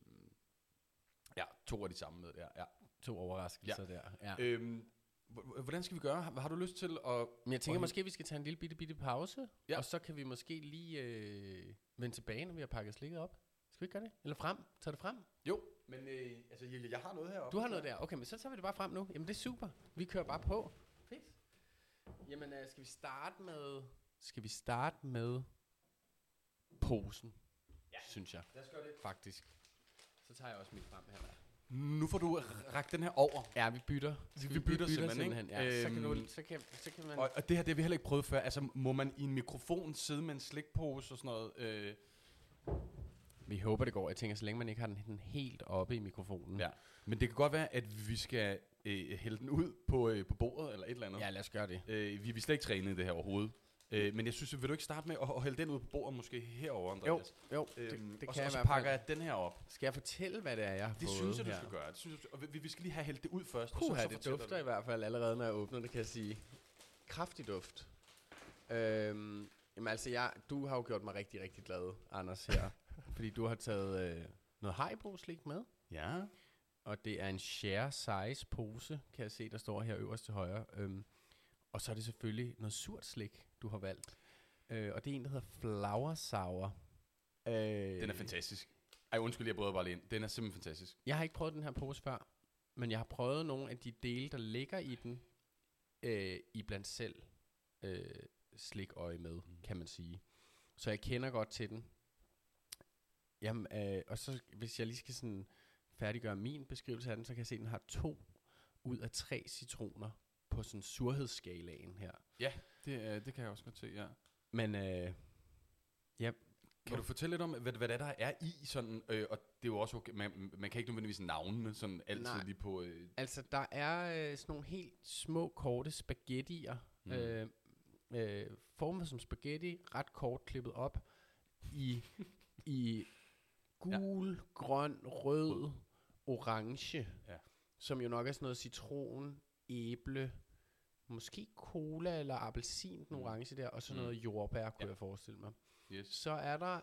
ja, to af de samme med. Ja, ja. To overraskelser ja. der. Ja. Øhm, h- h- hvordan skal vi gøre? Har, har du lyst til at... Men jeg tænker Og- måske, vi skal tage en lille bitte, bitte pause, ja. Ja. og så kan vi måske lige øh, vende tilbage, når vi har pakket slikket op. Skal vi ikke gøre det? Eller frem? Tag det frem? Jo, men øh, altså, jeg, jeg har noget heroppe. Du har noget der. Okay, men så tager vi det bare frem nu. Jamen, det er super. Vi kører bare på. Fedt. Jamen, øh, skal vi starte med... Skal vi starte med posen, ja. synes jeg Lad os gøre det. faktisk. Så tager jeg også mit frem her. Nu får du række den her over. Ja, vi bytter. Vi- vi bytter simpelthen, ikke? Ja, øhm, så, kan Øhm, du, så, kan, så kan man... Og, og det her, det har vi heller ikke prøvet før. Altså, må man i en mikrofon sidde med en slikpose og sådan noget? Øh, Vi håber, det går. Jeg tænker, så længe man ikke har den, den helt oppe i mikrofonen. ja. Men det kan godt være, at vi skal øh, hælde den ud på, øh, på bordet eller et eller andet. ja, lad os gøre det. Øh, vi, vi er slet ikke trænet i det her overhovedet. Øh, men jeg synes, vil du ikke starte med at, at hælde den ud på bordet måske herover, Jo, Andreas? jo, Øhm, det, det og, kan så, jeg og i så hvert pakker fald. jeg den her op. Skal jeg fortælle, hvad det er, jeg har Det fået synes jeg, du her? skal gøre. Det synes jeg, du skal- og vi- vi, vi skal lige have hældt det ud først. og Puha, så, så det fortæller dufter i du. hvert fald allerede, når jeg åbner det, kan jeg sige. Kraftig duft. Øhm, jamen altså, jeg, du har jo gjort mig rigtig, rigtig glad, Anders, her. fordi du har taget øh, noget Haribo-slik med. Ja. Og det er en share size pose, kan jeg se, der står her øverst til højre. Øhm, og så er det selvfølgelig noget surt slik, du har valgt. Øh, og det er en, der hedder Flower Sour. Øh, Den er fantastisk. Ej, undskyld, jeg bryder bare lige ind. Den er simpelthen fantastisk. Jeg har ikke prøvet den her pose før, men jeg har prøvet nogle af de dele, der ligger i den, øh, i blandt selv øh, slikøje med, mm. kan man sige. Så jeg kender godt til den. Jamen, øh, og så hvis jeg lige skal sådan færdiggøre min beskrivelse af den, så kan jeg se, at den har to ud af tre citroner på sådan surhedsskalaen her. Det, øh, det kan jeg også godt se, ja. Men øh, Kan du fortælle lidt om, hvad, hvad det er, der er i sådan, øh, og det er jo også okay, man, man kan ikke nødvendigvis navnene sådan altid Nej. Nej. lige på, øh, Altså, der er øh, sådan nogle helt små, korte spaghettier. Mm. Mm. Øh, øh, formet som spaghetti, ret kort klippet op i, i gul, ja. grøn, rød, orange. Ja. Som jo nok er sådan noget citron, æble, måske cola eller appelsin, den Mm. orange der, og så Mm. noget jordbær, kunne ja. Ja. jeg forestille mig. yes, Så er der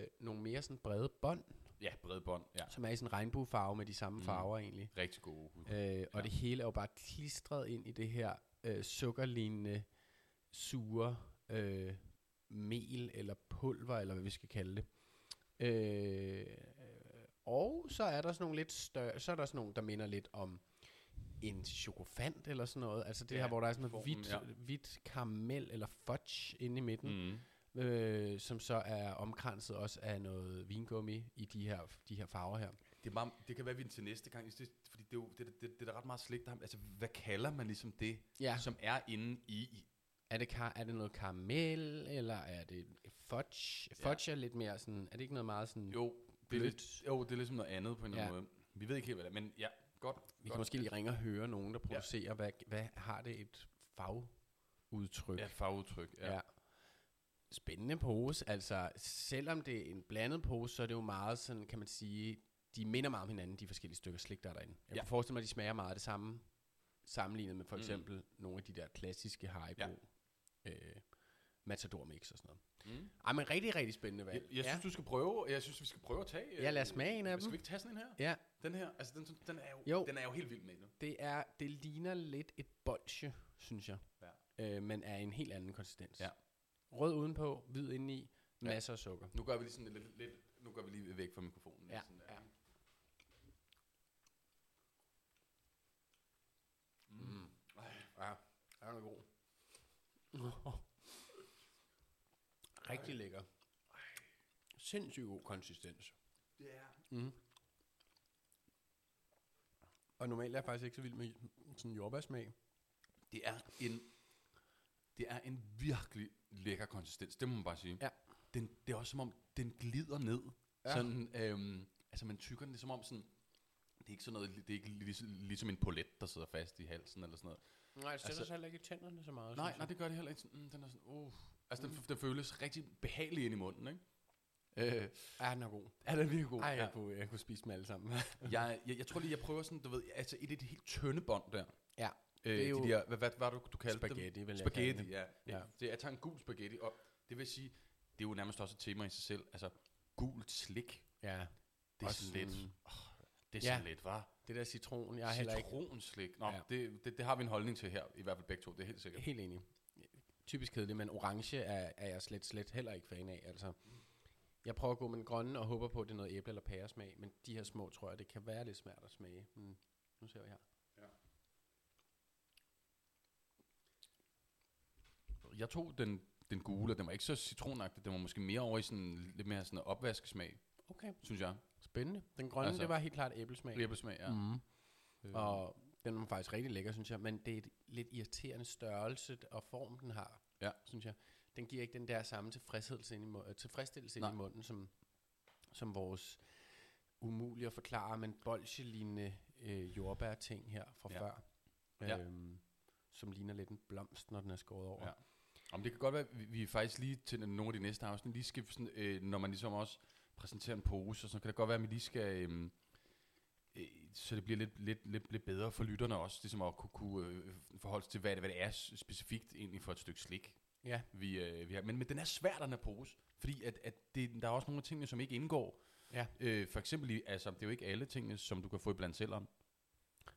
øh, nogle mere sådan brede bånd, ja, bredbånd, ja, som er i sådan en regnbuefarve med de samme Mm. farver egentlig. rigtig gode. Øh. Øh, og Ja. det hele er jo bare klistret ind i det her øh, sukkerlignende, sure øh, mel eller pulver, eller hvad vi skal kalde det. Øh, og så er der sådan nogle lidt større, så er der sådan nogle, der minder lidt om en chokofant eller sådan noget. Altså det Ja, her, hvor der er sådan noget formen, hvidt, ja. hvidt karamel eller fudge inde i midten Mm. øh, som så er omkranset også af noget vingummi i de her, de her farver her. Det, er bare, det kan være, at vi til næste gang, det, fordi det er, jo, det, det, det, det er da ret meget slik, der, altså hvad kalder man ligesom det, Ja. ja. som er inde i, Er det, kar- er det noget karamel, eller er det fudge? Fudge ja. er lidt mere sådan, er det ikke noget meget sådan... jo, det er Blødt. lidt, jo, det er ligesom noget andet på en eller Ja. anden måde. Vi ved ikke helt, hvad det er, men ja, godt. vi godt. kan måske lige ringe og høre nogen, der producerer, ja. hvad, hvad har det et fagudtryk? Ja, farveudtryk, ja. ja. Spændende pose, altså selvom det er en blandet pose, så er det jo meget sådan, kan man sige, de minder meget om hinanden, de forskellige stykker slik, der er derinde. Jeg Ja. ja. kan forestille mig, at de smager meget af det samme, sammenlignet med for Mm. eksempel mm. nogle af de der klassiske Haribo, ja. øh, Matador Mix og sådan noget. Mm. Ej, men rigtig, rigtig spændende Jeg, valg. jeg synes, du skal prøve, jeg synes, vi skal prøve at tage. øh, ja, lad os smage en af Skal dem. vi ikke tage sådan en her? Ja, Den her, altså den, den er jo, Jo. jo. den er jo helt vild med nu. Det, er, det ligner lidt et bolsje, synes jeg. Ja. Øh, men er en helt anden konsistens. Ja. Rød udenpå, hvid indeni, Ja. masser af sukker. Nu gør vi lige sådan lidt, lidt nu går vi lige væk fra mikrofonen. Ja, Sådan ja. Mm. Ej, Ja, er den god. Rigtig lækker. Sindssygt god konsistens. det er, Mm. Og normalt er jeg faktisk ikke så vild med sådan jordbærsmag. det er en, det er en virkelig lækker konsistens, det må man bare sige. Ja. Den, det er også som om, den glider ned. Ja. Ja. Sådan, øhm, altså man tykker den, det er som om sådan, det er ikke sådan noget, det er ikke lig, ligesom en polet, der sidder fast i halsen eller sådan noget. Nej, det sætter sig heller ikke i tænderne så meget. Nej, nej, det gør det heller ikke. Sådan, mm, den er sådan, uh. Altså, Mm. den, den føles rigtig behagelig ind i munden, ikke? Øh, Ja, Ah, den er god. er den virkelig god? Ej, ja. jeg, kunne, jeg kunne spise dem alle sammen. jeg, jeg, jeg tror lige, jeg prøver sådan, du ved, altså et, et helt tynde bånd der. Ja, Øh, det er de jo- der, hvad, hvad, hvad du, du kaldte dem? spaghetti, vil jeg kalde Spaghetti, det. ja. Ja. ja. Det, jeg tager en gul spaghetti, og det vil sige, det er jo nærmest også et tema i sig selv. Altså, gult slik, Ja. det er Også sådan lidt, sådan- oh, det er Ja. sådan lidt, var. Det der citron, jeg er heller ikke Citronslik. Nå, Ja. ja. det, det, det, har vi en holdning til her, i hvert fald begge to, det er helt sikkert. Helt enig. Typisk kedeligt, men orange er, er jeg slet, slet heller ikke fan af. Altså, jeg prøver at gå med den grønne og håber på, at det er noget æble- eller pæresmag, men de her små, tror jeg, det kan være lidt svært at smage. Men nu ser vi her. Jeg tog den, den gule, og den var ikke så citronagtig. Den var måske mere over i sådan lidt mere sådan opvaskesmag, Okay. synes jeg. Spændende. Den grønne, altså, Altså- det var helt klart æblesmag. Æblesmag, ja. Mm. Øh, Og den var faktisk rigtig lækker, synes jeg, men det er et lidt irriterende størrelse og form, den har, Ja. synes jeg. Den giver ikke den der samme tilfredsstillelse ind i, mu- øh, tilfredsstillelse ind i Nej. munden, som, som vores umulige at forklare, men bolsjelignende øh, jordbærting her fra Ja. før, Ja. øhm, som ligner lidt en blomst, når den er skåret over. Ja. Jamen, det kan godt være, at vi, vi faktisk lige til nogle af de næste afsnit, lige skal, sådan, øh, når man ligesom også præsenterer en pose, og så kan det godt være, at vi lige skal... Øh, øh, så det bliver lidt, lidt, lidt, lidt bedre for lytterne også, ligesom at kunne, kunne øh, forholde sig til, hvad det, hvad det er specifikt egentlig for et stykke slik, Ja. vi, øh, vi har. Men, men den er svær, den her pose, fordi at, at det, der er også nogle af tingene, som ikke indgår. Ja. Øh, for eksempel, i- altså, det er jo ikke alle tingene, som du kan få i blandt selv om.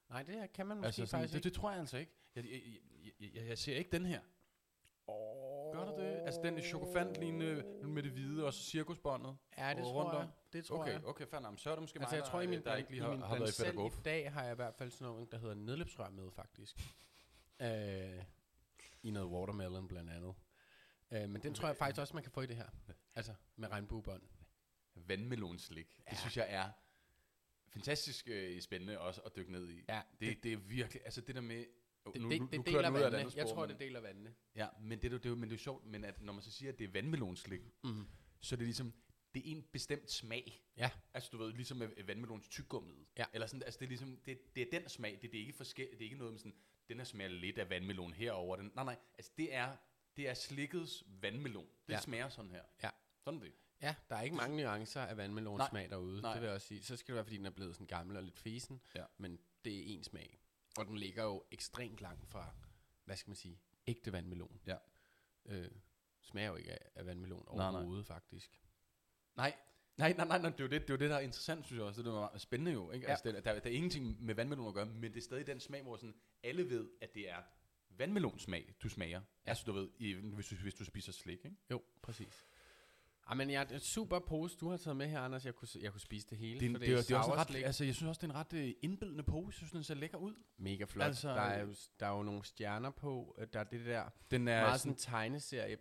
Nej, det her kan man måske Altså, sådan, faktisk det, ikke. det tror jeg altså ikke. Jeg, jeg, jeg, jeg, jeg, jeg ser ikke den her. Oh. Gør du det? Altså den chokofantlignende med det hvide og så cirkusbåndet? Ja, det rundt tror jeg. om? Det tror jeg. Okay, okay, fair nok. Så er det måske Altså, mig, jeg tror, i der, øh, min, der ikke lige i har, min har været i blandt fedt selv og i dag har jeg i hvert fald sådan noget, der hedder nedløbsrør med, faktisk. øh, i noget watermelon blandt andet. Øh, men den tror jeg faktisk også, man kan få i det her. Altså med regnbuebånd. Vandmelonslik. Ja. Ja. Det synes jeg er fantastisk øh, spændende også at dykke ned i. Ja, Det, det er virkelig, altså det der med, oh, Det, nu, det, nu, det, nu det kører deler den ud af et andet vandene. spor, Jeg tror, men- det deler vandene. Ja, men det, er jo- det, er jo- men det er jo sjovt, men at når man så siger, at det er vandmelonslik, Mm. så er det ligesom, det er en bestemt smag. Ja. Altså du ved, ligesom med vandmelons tyggummi. Ja. Eller sådan, altså det er ligesom, det, det er den smag, det, det er ikke forskel, det er ikke noget med sådan, den her smager lidt af vandmelon herover. Den, nej, nej, altså det er, det er slikkets vandmelon. Det Ja. ja. smager sådan her. Ja. Sådan er det. Ja, der er ikke mange nuancer af vandmelons Nej. smag derude, Nej. det vil jeg også sige. Så skal det være, fordi den er blevet sådan gammel og lidt fesen, Ja. men det er en smag. Og den ligger jo ekstremt langt fra, hvad skal man sige, ægte vandmelon. Ja. Øh, smager jo ikke af, af vandmelon Nej, nej. overhovedet, faktisk. Nej, nej, nej, nej, nej, det er jo det, det, er jo det der er interessant, synes jeg også. Det er jo meget spændende jo, ikke? Ja. Altså, det, der, der er ingenting med vandmelon at gøre, men det er stadig den smag, hvor sådan, alle ved, at det er vandmelonsmag, du smager. Ja. Altså, du ved, i, hvis, du, hvis du spiser slik, ikke? Jo, præcis. Ej, men jeg er super pose, du har taget med her, Anders. Jeg kunne, s- jeg kunne spise det hele, Det, er, for det, det, er, det er også en ret, sauerslik. altså, jeg synes også, det er en ret øh, indbydende pose. Jeg synes, den ser lækker ud. Mega flot. altså- der, er jo, s- der er jo nogle stjerner på. øh, Der er det der Den er meget øh, sådan tegneserie.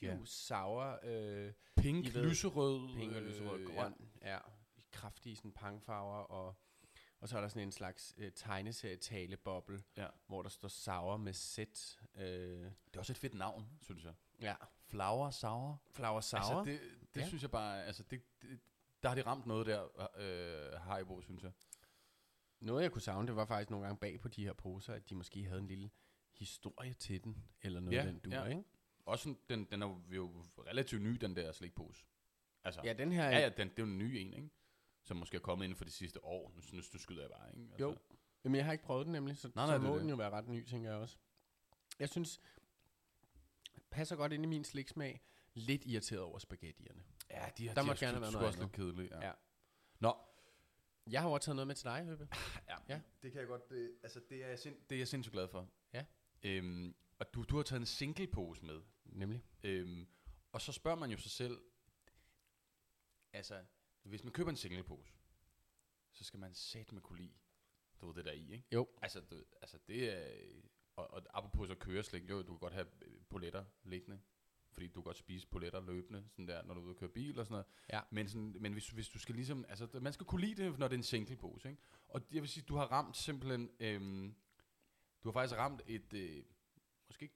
Pew, Ja. sour, øh, pink, I ved, lyserød. pink og lyserød øh, grøn. Ja. ja. I Kraftige sådan pangfarver, og, og så er der sådan en slags øh, tegneserie-taleboble, Ja. hvor der står sour med Z. Øh, Det er også et fedt navn, synes jeg. ja. Flower sour. Flower sour. Altså, det, det Ja. ja. synes jeg bare, altså, det, det, der har de ramt noget der, øh, Haribo, synes jeg. Noget, jeg kunne savne, det var faktisk nogle gange bag på de her poser, at de måske havde en lille historie til den, eller noget ja, Ja, den du, ja. ja. ikke? Også sådan, den, den er jo- jo relativt ny, den der slikpose. Altså, Ja, den her... ja, ja den, det er jo en ny en, ikke? Som måske er kommet inden for det sidste år. Nu, nu, nu skyder jeg bare, ikke? Altså, Jo. Jamen, jeg har ikke prøvet den nemlig, så, Nej, nej, nej, så det er må det. den jo være ret ny, tænker jeg også. Jeg synes, passer godt ind i min sliksmag. Lidt irriteret over spaghettierne. Ja, de har, Der de må har gerne sgu- være sgu noget også lidt kedelige. Ja. Ja. ja. Nå, Jeg har overtaget noget med til dig, Høbe. Ja, Ja. ja. det kan jeg godt. Det, altså, det er, jeg sind, det er jeg sindssygt glad for. Ja. Øhm, og du, du har taget en single pose med. Nemlig. Øhm, og så spørger man jo sig selv, altså, hvis man køber en single pose, så skal man sat med kunne lide, du ved det der er i, ikke? Jo. Altså, du, ved, altså det er, og, og apropos så køreslik, jo, du kan godt have øh, poletter liggende, fordi du kan godt spise poletter løbende, sådan der, når du er ude og køre bil og sådan noget. Ja. Men, sådan, men hvis, hvis du skal ligesom, altså, d- man skal kunne lide det, når det er en single pose, ikke? Og jeg vil sige, du har ramt simpelthen, øhm, du har faktisk ramt et, øh, måske ikke,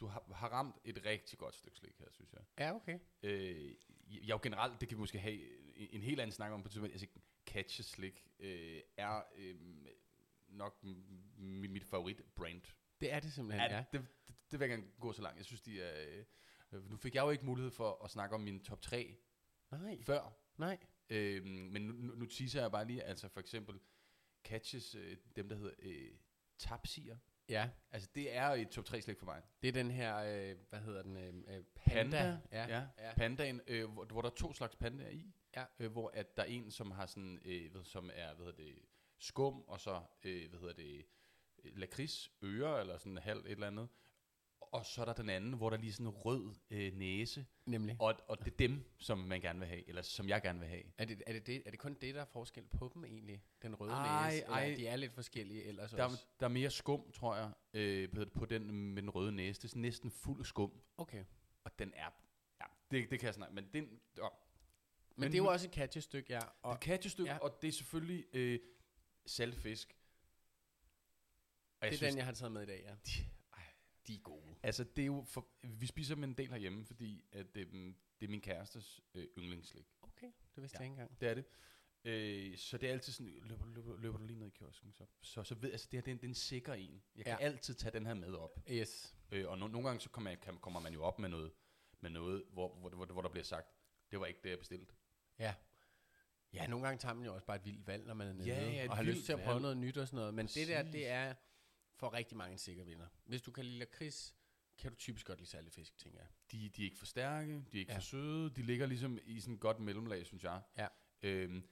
du har, har ramt et rigtig godt stykke slik her, synes jeg. Ja, okay. Øh, jeg er jo generelt, det kan vi måske have en, en helt anden snak om på et tidspunkt, altså Catch a Slick øh, er øh, nok m- mit, mit favorit brand. Det er det simpelthen, Ja, ja. det, det, det vil jeg gerne gå så langt. Jeg synes, de er... Øh, nu fik jeg jo ikke mulighed for at snakke om min top 3 Nej, før, nej. øh, men nu, nu, nu teaser jeg bare lige, altså for eksempel Catches, øh, dem der hedder øh, Tapsier. Ja, Altså det er et top 3 slik for mig. det er den her, øh, hvad hedder den, øh, øh, panda. Panda. Ja. ja. Ja, ja. pandaen, øh, hvor, hvor der er to slags pandaer i, Ja. øh, hvor at der er en, som har sådan, øh, hvad, som er, hvad hedder det, skum, og så, øh, hvad hedder det, øh, lakrids, ører, eller sådan halvt et eller andet, og så er der den anden, hvor der lige er sådan en rød øh, næse, Nemlig. og, og det er dem, som man gerne vil have, eller som jeg gerne vil have. Er det, er, det det, er det kun det, der er forskel på dem egentlig? Den røde Ej, næse? Eller ej. De er lidt forskellige ellers Der, også. er- der er mere skum, tror jeg, øh, på- på den med den røde næse. Det er sådan næsten fuld skum, Okay. og den er, ja, det, det kan jeg snakke, men den, åh, Men, men Men det er jo nu- også et catchestykke, ja. Og Og, det katjestykke, ja. ja. og det er selvfølgelig øh, saltfisk. det Og jeg er synes, den, jeg har taget med i dag, ja. de, De er gode. altså, det er jo for, vi spiser dem en del herhjemme, fordi at, øh, det er min kærestes øh, yndlingsslik. Okay, det vidste ja. jeg Ja. ikke engang. Det er det. Øh, så det er altid sådan, løber, løber, løber du lige ned i kiosken, så, så, så ved, altså det her, det er en, det er en sikker en. Jeg kan Ja. ja. altid tage den her med op. Yes. Øh, og no, nogle gange så kommer, jeg, kan, kommer man jo op med noget, med noget hvor, hvor, hvor, hvor der bliver sagt, det var ikke det, jeg bestilte. Ja. Ja, nogle gange tager man jo også bare et vildt valg, når man er nede, Ja, ja, et og har vildt lyst til at valg. prøve noget nyt og sådan noget. Men det der, det Præcis. er for rigtig mange sikre vinder. Hvis du kan lide lakrids, kan du typisk godt lide særlig fisk, tænker jeg. de, de er ikke for stærke, de er ikke Ja. ja. for søde, de ligger ligesom i sådan et godt mellemlag, synes jeg. Ja. Øhm,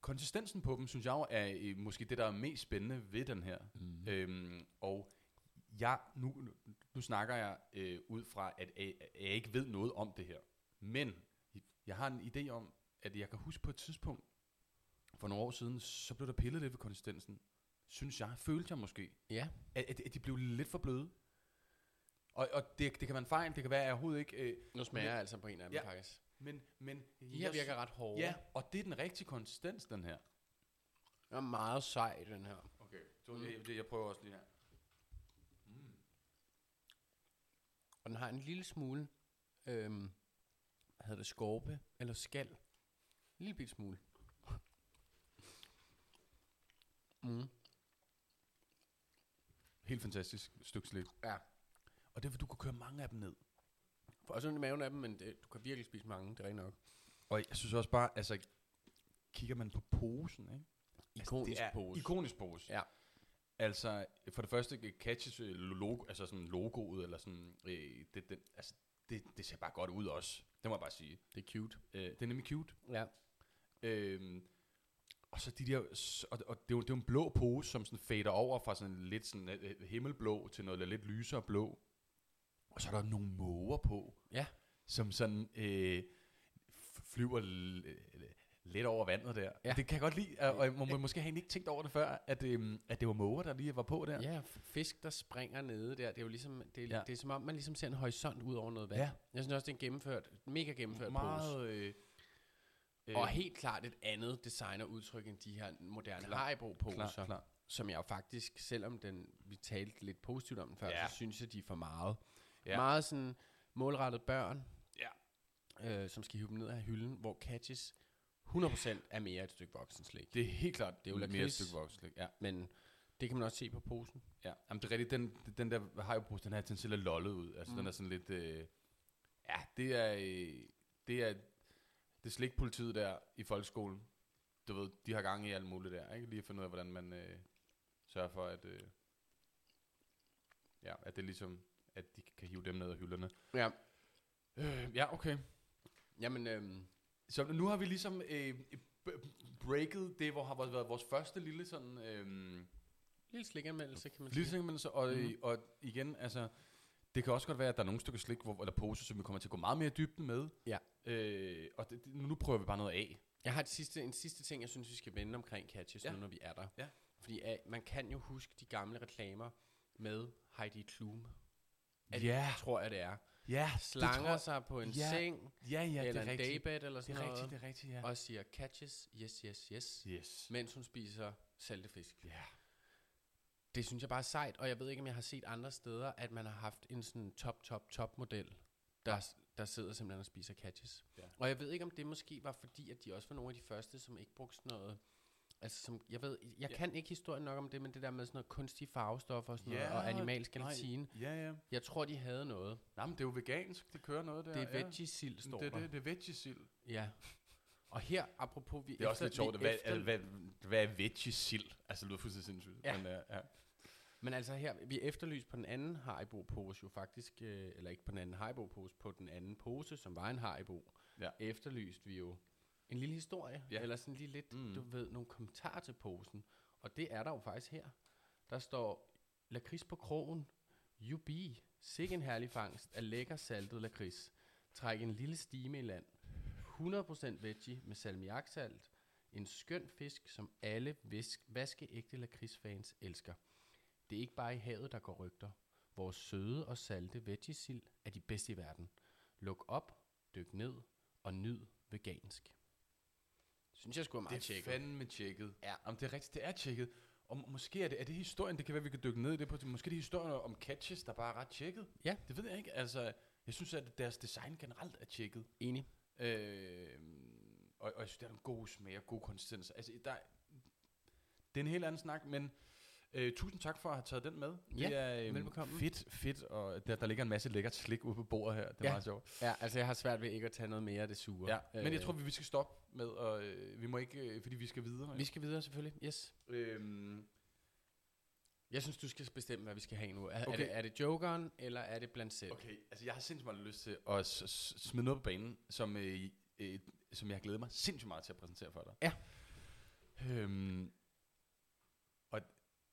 konsistensen på dem, synes jeg, jo, er øh, måske det, der er mest spændende ved den her. Mm. Mm. Øhm, og jeg, nu, nu- nu snakker jeg øh, ud fra, at jeg, jeg ikke ved noget om det her. Men jeg har en idé om, at jeg kan huske på et tidspunkt, for nogle år siden, så blev der pillet lidt ved konsistensen. Synes jeg, følte jeg måske, Ja, at, at, at de blev lidt for bløde. Og, og det, det kan man fejle, det kan være, at jeg overhovedet ikke... Øh, Nu smager jeg altså på en af dem Ja. ja. faktisk. men, men... De her virker ret hårde. Ja, og det er den rigtige konsistens, den her. Den er meget sej, den her. Okay, så jeg, jeg prøver også lige her. Mm. Og den har en lille smule, øhm, hvad hedder det, skorpe eller skal. En lille bit smule. Mm. Helt fantastisk stykke slik. Ja. Og det er, for du kunne køre mange af dem ned. Får også ondt i maven af dem, men det, du kan virkelig spise mange, det er rigtig nok. Og jeg synes også bare, altså, kigger man på posen, ikke? Ikonisk Altså, det er Altså, pose. Ikonisk pose. Ja. Altså, for det første øh, catches øh, logo, altså sådan logoet, eller sådan, øh, det, den, altså, det, det ser bare godt ud også. Det må jeg bare sige. Det er cute. Øh, det er nemlig cute. Ja. Øh, og så de der, s- og, og det, er jo, det er jo en blå pose, som sådan fader over fra sådan lidt sådan øh, himmelblå til noget lidt lysere blå. Og så er der nogle måger på. Ja. Som sådan øh, f- flyver l- øh, lidt over vandet der. Ja. Det kan jeg godt lide, og og jeg må, må, måske har jeg egentlig ikke tænkt over det før, at, øh, at det var måger, der lige var på der. Ja, f- fisk, der springer nede der, det er jo ligesom, det er, Ja. ja. det er som om, man ligesom ser en horisont ud over noget vand. Ja. Jeg synes også, det er en gennemført, mega gennemført pose. meget... Øh, øh, Og helt klart et andet design og udtryk end de her moderne Klar, klar, Haribo-poser, klar. som jeg jo faktisk, selvom den, vi talte lidt positivt om den før, Ja. så synes jeg, de er for meget. Ja. Ja. Meget sådan målrettet børn, Ja. øh, som skal hive dem ned af hylden, hvor catches 100% er mere et stykke voksenslik. Det er helt klart, det er jo mere et lakrids. stykke vokslik. Ja. Men det kan man også se på posen. Ja, Jamen, det er rigtigt. Den, den der har jo brugt den her til selv at lollet ud. Altså, mm. den er sådan lidt... Øh, ja, det er... Øh, det er det er slikpolitiet der i folkeskolen. Du ved, de har gang i alt muligt der, ikke? Lige at finde ud af, hvordan man øh, sørger for, at... Øh, ja, at det er ligesom... At de kan hive dem ned af hylderne. Ja, Øh, ja, okay. jamen... Øhm, Så nu har vi ligesom øh, b- breaket det, hvor har været vores første lille sådan... Øh, Lille slikanmeldelse, kan man sige. Flitsingemeldelser, og, mm. Mhm. og igen, altså, det kan også godt være, at der er nogle stykker slik, hvor, eller poser, som vi kommer til at gå meget mere i dybden med. Ja. Øh, og det, det, nu prøver vi bare noget af. Jeg har et sidste, en sidste ting, jeg synes, vi skal vende omkring catches Ja. ja. nu, når vi er der. Ja. Fordi uh, man kan jo huske de gamle reklamer med Heidi Klum. Er det- Ja. Tror jeg, det er. Ja, Slanger sig på en Ja. seng, Ja, ja, eller det er en rigtigt. daybed, eller sådan Det er noget. rigtigt, det er rigtigt, ja. Og siger catches, yes, yes, yes. yes. Mens hun spiser saltefisk. Ja. Det synes jeg bare er sejt, og jeg ved ikke, om jeg har set andre steder, at man har haft en sådan top, top, top model, der, der sidder simpelthen og spiser catches. Ja. Ja. Og jeg ved ikke, om det måske var fordi, at de også var nogle af de første, som ikke brugte sådan noget... Altså, som, jeg ved, jeg Ja. ja. kan ikke historien nok om det, men det der med sådan noget kunstige farvestoffer og sådan Ja, noget, og animalsk nej. gelatine. Ja, ja. Jeg tror, de havde noget. Nej, men det er jo vegansk, det kører noget der. Ja, det er ja. veggie-sild, står det, der. det, det er veggie-sild. Ja. Og her, apropos... Vi Det er også lidt efter- vi sjovt, hvad, efter- hvad, hvad, hvad er veggie-sild? Altså, det lyder fuldstændig sindssygt. Ja. Men, uh, ja. Men altså her, vi efterlyste på den anden Haribo-pose jo faktisk, øh, eller ikke på den anden Haribo-pose, på den anden pose, som var en Haribo, Ja. efterlyste vi jo en lille historie, Ja. ja. eller sådan lige lidt, Mm. mm. du ved, nogle kommentarer til posen. Og det er der jo faktisk her. Der står, lakrids på krogen, jubi, sikke en herlig fangst af lækker saltet lakrids. Træk en lille stime i land. 100% veggie med salmiaksalt. En skøn fisk, som alle visk, vaskeægte lakridsfans elsker. Det er ikke bare i havet, der går rygter. Vores søde og salte veggiesild er de bedste i verden. Luk op, dyk ned og nyd vegansk. Synes jeg skulle meget Det er tjekket. fandme tjekket. Ja. Jamen, det er rigtigt, det er tjekket. Og må- måske er det, er det historien, det kan være, vi kan dykke ned i det på. Måske er det historien om catches, der bare er ret tjekket. Ja. Det ved jeg ikke. Altså, jeg synes, at deres design generelt er tjekket. Enig. Øh, og, og jeg synes, der er nogle gode smager, gode konsistenser. Altså, der, er- det er en helt anden snak, men øh, tusind tak for at have taget den med. Ja, det er øhm, velbekomme. fedt, fedt, og der, der ligger en masse lækkert slik ude på bordet her. Det er ja. Ja. meget sjovt. Ja, altså jeg har svært ved ikke at tage noget mere af det sure. Øh, Ja, øh, men jeg tror, vi, vi skal stoppe med, og øh, vi må ikke, øh, fordi vi skal videre. vi skal videre selvfølgelig. Yes. Øhm, Jeg synes, du skal bestemme, hvad vi skal have nu. Er, okay. Okay. er, det, er det jokeren, eller er det blandt selv? Okay, altså jeg har sindssygt meget lyst til at s- s- smide noget på banen, som, øh, øh, som jeg glæder mig sindssygt meget til at præsentere for dig. Ja. Øhm, og,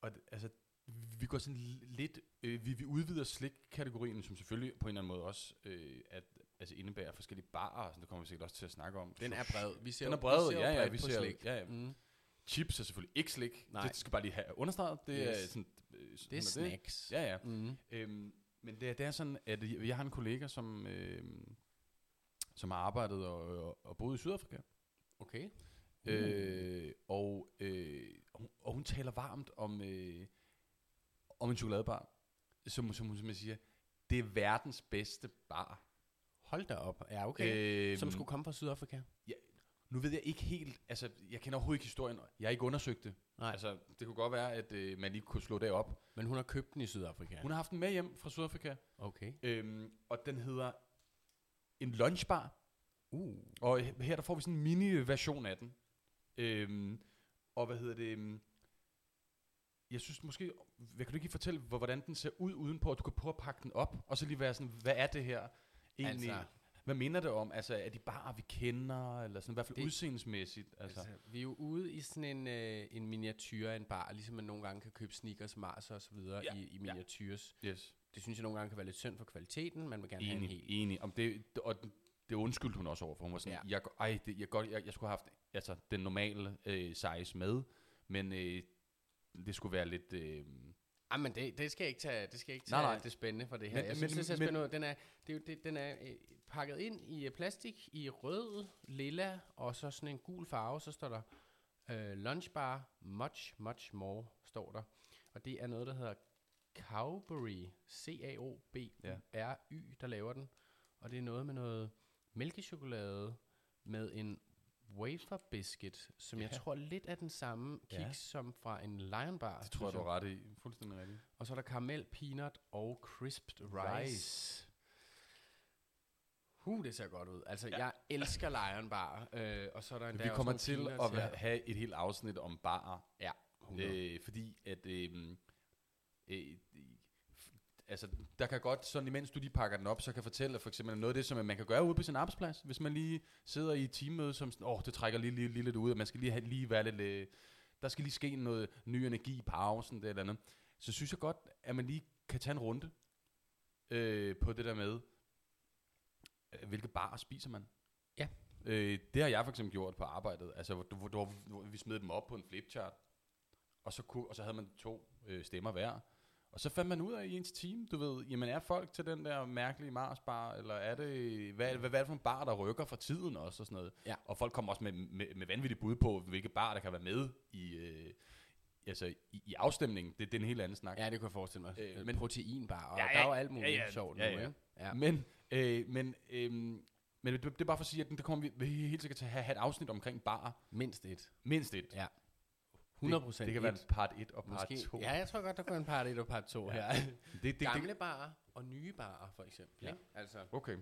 og d- altså, vi går sådan l- lidt, øh, vi, vi udvider slik-kategorien, som selvfølgelig på en eller anden måde også øh, at, altså indebærer forskellige barer, sådan, det kommer vi sikkert også til at snakke om. Den er bred. Vi ser Den er jo- bred, vi ser jo ja, ja, bredt vi på ser jo- slik. ja, ja. Mm. Chips er selvfølgelig ikke slik, Nej. det skal jeg bare lige have understreget. Det er Yes. sådan, øh, sådan Det er snacks. Ja, ja. Mm. Øhm, Men det, er- det er sådan, at jeg jeg har en kollega, som, øh, som har arbejdet og, og, og boet i Sydafrika. Okay. Mm. Øh, og, øh, og, hun, og hun taler varmt om, øh, om en chokoladebar, som, som hun simpelthen siger, det er verdens bedste bar. Hold da op. Ja, okay. Øh, Øh, Som skulle komme fra Sydafrika. Nu ved jeg ikke helt, altså jeg kender overhovedet ikke historien, og jeg har ikke undersøgt det. Nej. Altså det kunne godt være, at øh, man lige kunne slå det op. Men hun har købt den i Sydafrika. Hun har haft den med hjem fra Sydafrika, Okay. øhm, og den hedder en lunchbar. Uh. Og he- her der får vi sådan en mini-version af den. Øhm, og hvad hedder det? øhm, Jeg synes måske, jeg kan du ikke lige fortælle, hvor- hvordan den ser ud udenpå, at du kan prøve at pakke den op, og så lige være sådan, hvad er det her egentlig? Altså, Altså. hvad minder det om? Altså, er de bare, vi kender, eller sådan, i hvert fald det, Det- udseendemæssigt? Altså. Altså, vi er jo ude i sådan en, øh, en miniatyre af en bar, ligesom man nogle gange kan købe sneakers, Mars og så videre Ja, ja. i, i ja. miniatyres. yes. Det synes jeg nogle gange kan være lidt synd for kvaliteten, man vil gerne have en Enig, hel. enig. Om det, det- og den- det undskyldte hun også over for. Hun var sådan, ja. Ja. jeg, går- ej, det, jeg, godt, jeg, jeg skulle have haft altså, den normale øh, size med, men øh, det skulle være lidt... Øh, Ah, men det, det skal jeg ikke tage, det skal jeg ikke Nej, tage nej, nej. nej. det spændende for det her. Men- Men, jeg men- synes, det ser men- spændende ud. Den er, det, er jo- det, den er øh, pakket ind i øh, plastik, i rød, lilla og så sådan en gul farve. Så står der øh, lunchbar, much, much more, står der. Og det er noget, der hedder Cowberry, C-A-O-B-R-Y, der laver den. Og det er noget med noget mælkechokolade med en wafer biscuit, som ja. jeg Ja. tror lidt er den samme kiks Ja. ja. som fra en Lion Bar. Det tror jeg, synes du har ret i. Fuldstændig rigtigt. og så er der karamel, peanut og crisped rice. rice. Huh, det ser godt ud. Altså, Ja. ja. jeg elsker Lion Bar. Øh, og så er der endda Vi også kommer nogle til peanuts at her. ja. have et helt afsnit om barer, 100. øh, fordi at, øh, øh, altså, der kan godt, sådan imens du lige pakker den op, så kan jeg fortælle, at for eksempel noget af det, som man kan gøre ude på sin arbejdsplads, hvis man lige sidder i et teammøde, som sådan, åh, det trækker lige, lige, lige lidt ud, og man skal lige, have, lige være lidt, øh, der skal lige ske noget ny energi i pausen, det eller andet, så synes jeg godt, at man lige kan tage en runde øh, på det der med, øh, hvilke barer spiser man? Ja. Øh, det har jeg for eksempel gjort på arbejdet, altså hvor, hvor, hvor, hvor vi smed dem op på en flipchart, og så, kunne, og så havde man to øh, stemmer hver, og så fandt man ud af i ens team, du ved, jamen er folk til den der mærkelige Mars-bar, eller er det, hvad, hvad, hvad er det for en bar, der rykker fra tiden også, og sådan noget. Ja. Og folk kommer også med, med, med vanvittige bud på, hvilke bar, der kan være med i, øh, altså, i, i afstemningen. Det, det er en helt anden snak. Ja, det kunne jeg forestille mig. Øh, Øh, men- men proteinbar, og Ja, ja, ja, ja, der er jo alt muligt ja, ja, sjovt ja, nu, ja. ikke? Ja. Men, øh, men, øh, men det, det er bare for at sige, at det kommer vi- vi helt sikkert til at have, have et afsnit omkring bar. Mindst et. Mindst et. Ja, 100 Det, procent det kan være part 1 og part Måske. 2. Ja, jeg tror godt, der går en part 1 og part 2 Ja. her. det, det, det, Gamle barer og nye barer, for eksempel. Ja. ikke? Altså, Okay.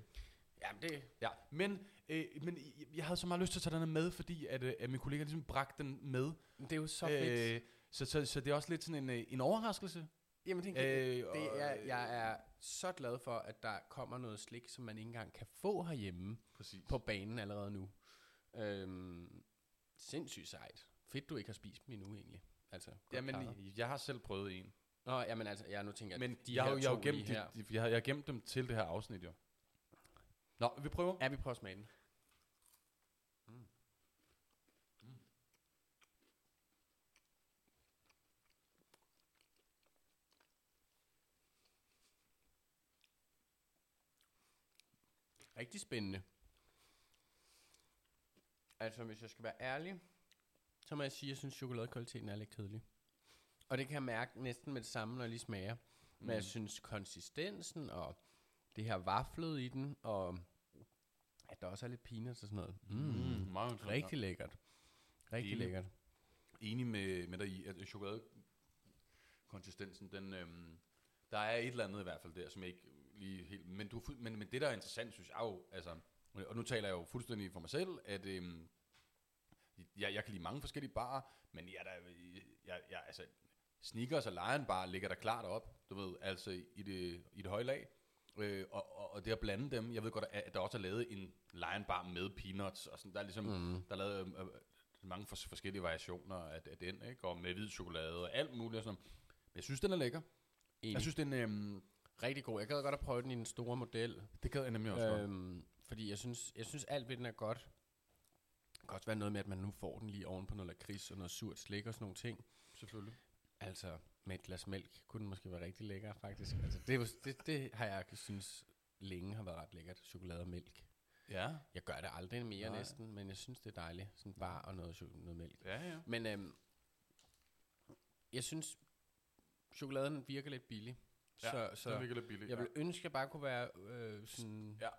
jamen det... Ja, men, øh, men jeg- jeg havde så meget lyst til at tage den her med, fordi at, øh, at min kollega ligesom bragte den med. Det er jo så fedt. Øh, så, så, så det er også lidt sådan en, øh, en overraskelse. Jamen, det er en kæmpe- Øh, og, Det er, jeg er så glad for, at der kommer noget slik, som man ikke engang kan få herhjemme Præcis. på banen allerede nu. Øhm, sindssygt sejt. Fedt, du ikke har spist dem endnu egentlig. Altså, godt klaret. Jamen, jeg har selv prøvet en. Nå, jamen altså, jeg nu tænker, Ja, at men de jeg, har her jo- jeg, har jo to gemt lige de, her. de, jeg, har, jeg har gemt dem til det her afsnit, jo. Nå, vi prøver. Ja, vi prøver at smage den. Mm. Rigtig spændende. Altså, hvis jeg skal være ærlig, så må jeg sige, at jeg synes, chokoladekvaliteten er lidt kedelig. Og det kan jeg mærke næsten med det samme, når jeg lige smager. Mm. Men jeg synes, konsistensen og det her vaflede i den, og at der også er lidt peanuts og sådan noget. Mm. Mm. meget interessant. Rigtig lækkert. Rigtig Enig. lækkert. enig med, med dig i, at chokoladekonsistensen, den, øhm, der er et eller andet i hvert fald der, som jeg ikke lige helt... Men, du, er fuld- men, men det, der er interessant, synes jeg jo, altså, og nu taler jeg jo fuldstændig for mig selv, at øhm, jeg, jeg kan lide mange forskellige barer, men jeg, er der, jeg, jeg, altså, sneakers og Lion Bar ligger der klart op, du ved, altså i det, i det høje lag. Øh, og, og, og det at blande dem, jeg ved godt, at at der også er lavet en Lion Bar med peanuts, og sådan, der er ligesom, mm. der er lavet øh, øh, mange fors- forskellige variationer af, af den, ikke? og med hvid chokolade og alt muligt og sådan. Men jeg synes, den er lækker. Enig. Jeg synes, den, øhm, Rigtig god. Jeg gad godt at prøve den i den store model. det gad jeg nemlig også øh, godt. Øhm, fordi jeg synes, jeg synes alt ved den er godt. Det kan også være noget med, at man nu får den lige oven på noget lakrids og noget surt slik og sådan nogle ting. Selvfølgelig. Altså, med et glas mælk kunne den måske være rigtig lækker, faktisk. Altså, det, er jo- det, det har jeg synes længe har været ret lækkert. Chokolade og mælk. Ja. Jeg gør det aldrig mere Nej. Nej. næsten, men jeg synes, det er dejligt. Sådan bare og noget, chok- noget mælk. Ja, ja. Men øhm, jeg synes, chokoladen virker lidt billig. Ja, så Så så ligger det billigt. jeg ville ønske, jeg bare kunne være øh, sådan Ja.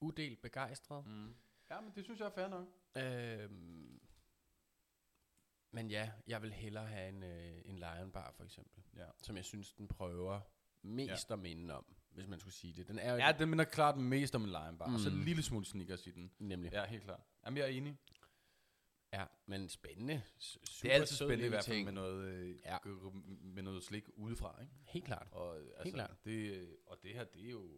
udelt begejstret. Mm. Ja, men det synes jeg er fair nok. Øhm, men ja, jeg vil hellere have en, øh, en Lion Bar for eksempel, Ja. som jeg synes, den prøver mest ja. at minde om, hvis man skulle sige det. Den er jo Ja, den minder klart mest om en lion bar. Mm. Og så en Mm. lille smule sneakers i den. nemlig. Ja. Ja, helt klart. Jamen, jeg er enig. ja, men spændende. S- Det super er altid sød spændende i lille hvert fald ting. med noget, øh, Ja. ja. med noget slik udefra, ikke? Helt klart. Og, øh, altså, klart. Det, øh, og det her, det er jo...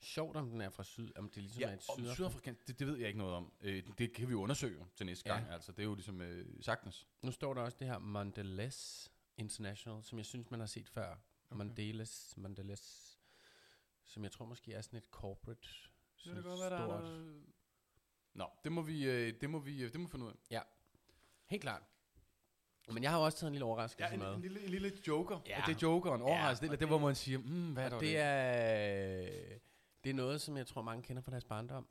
Sjovt, om den er fra syd, om det ligesom ja, er et og syd. sydafrikansk, det, det ved jeg ikke noget om. Øh, det- det kan vi jo undersøge til næste Ja. gang. Altså, det er jo ligesom øh, sagtens. Nu står der også det her Mondelez International, som jeg synes, man har set før. Okay. Mondelez, Mondelez, som jeg tror måske er sådan et corporate. sådan stort- Nå, det må vi, øh, det må vi, øh, det må vi finde ud af. Helt klart. Men jeg har jo også taget en lille overraskelse med. lille, en lille joker. Ja. Ja. Det er jokeren. Overraskelse. og det, er det, hvor man siger, mm, hvad er der og ved det er, det er noget, som jeg tror, mange kender fra deres barndom.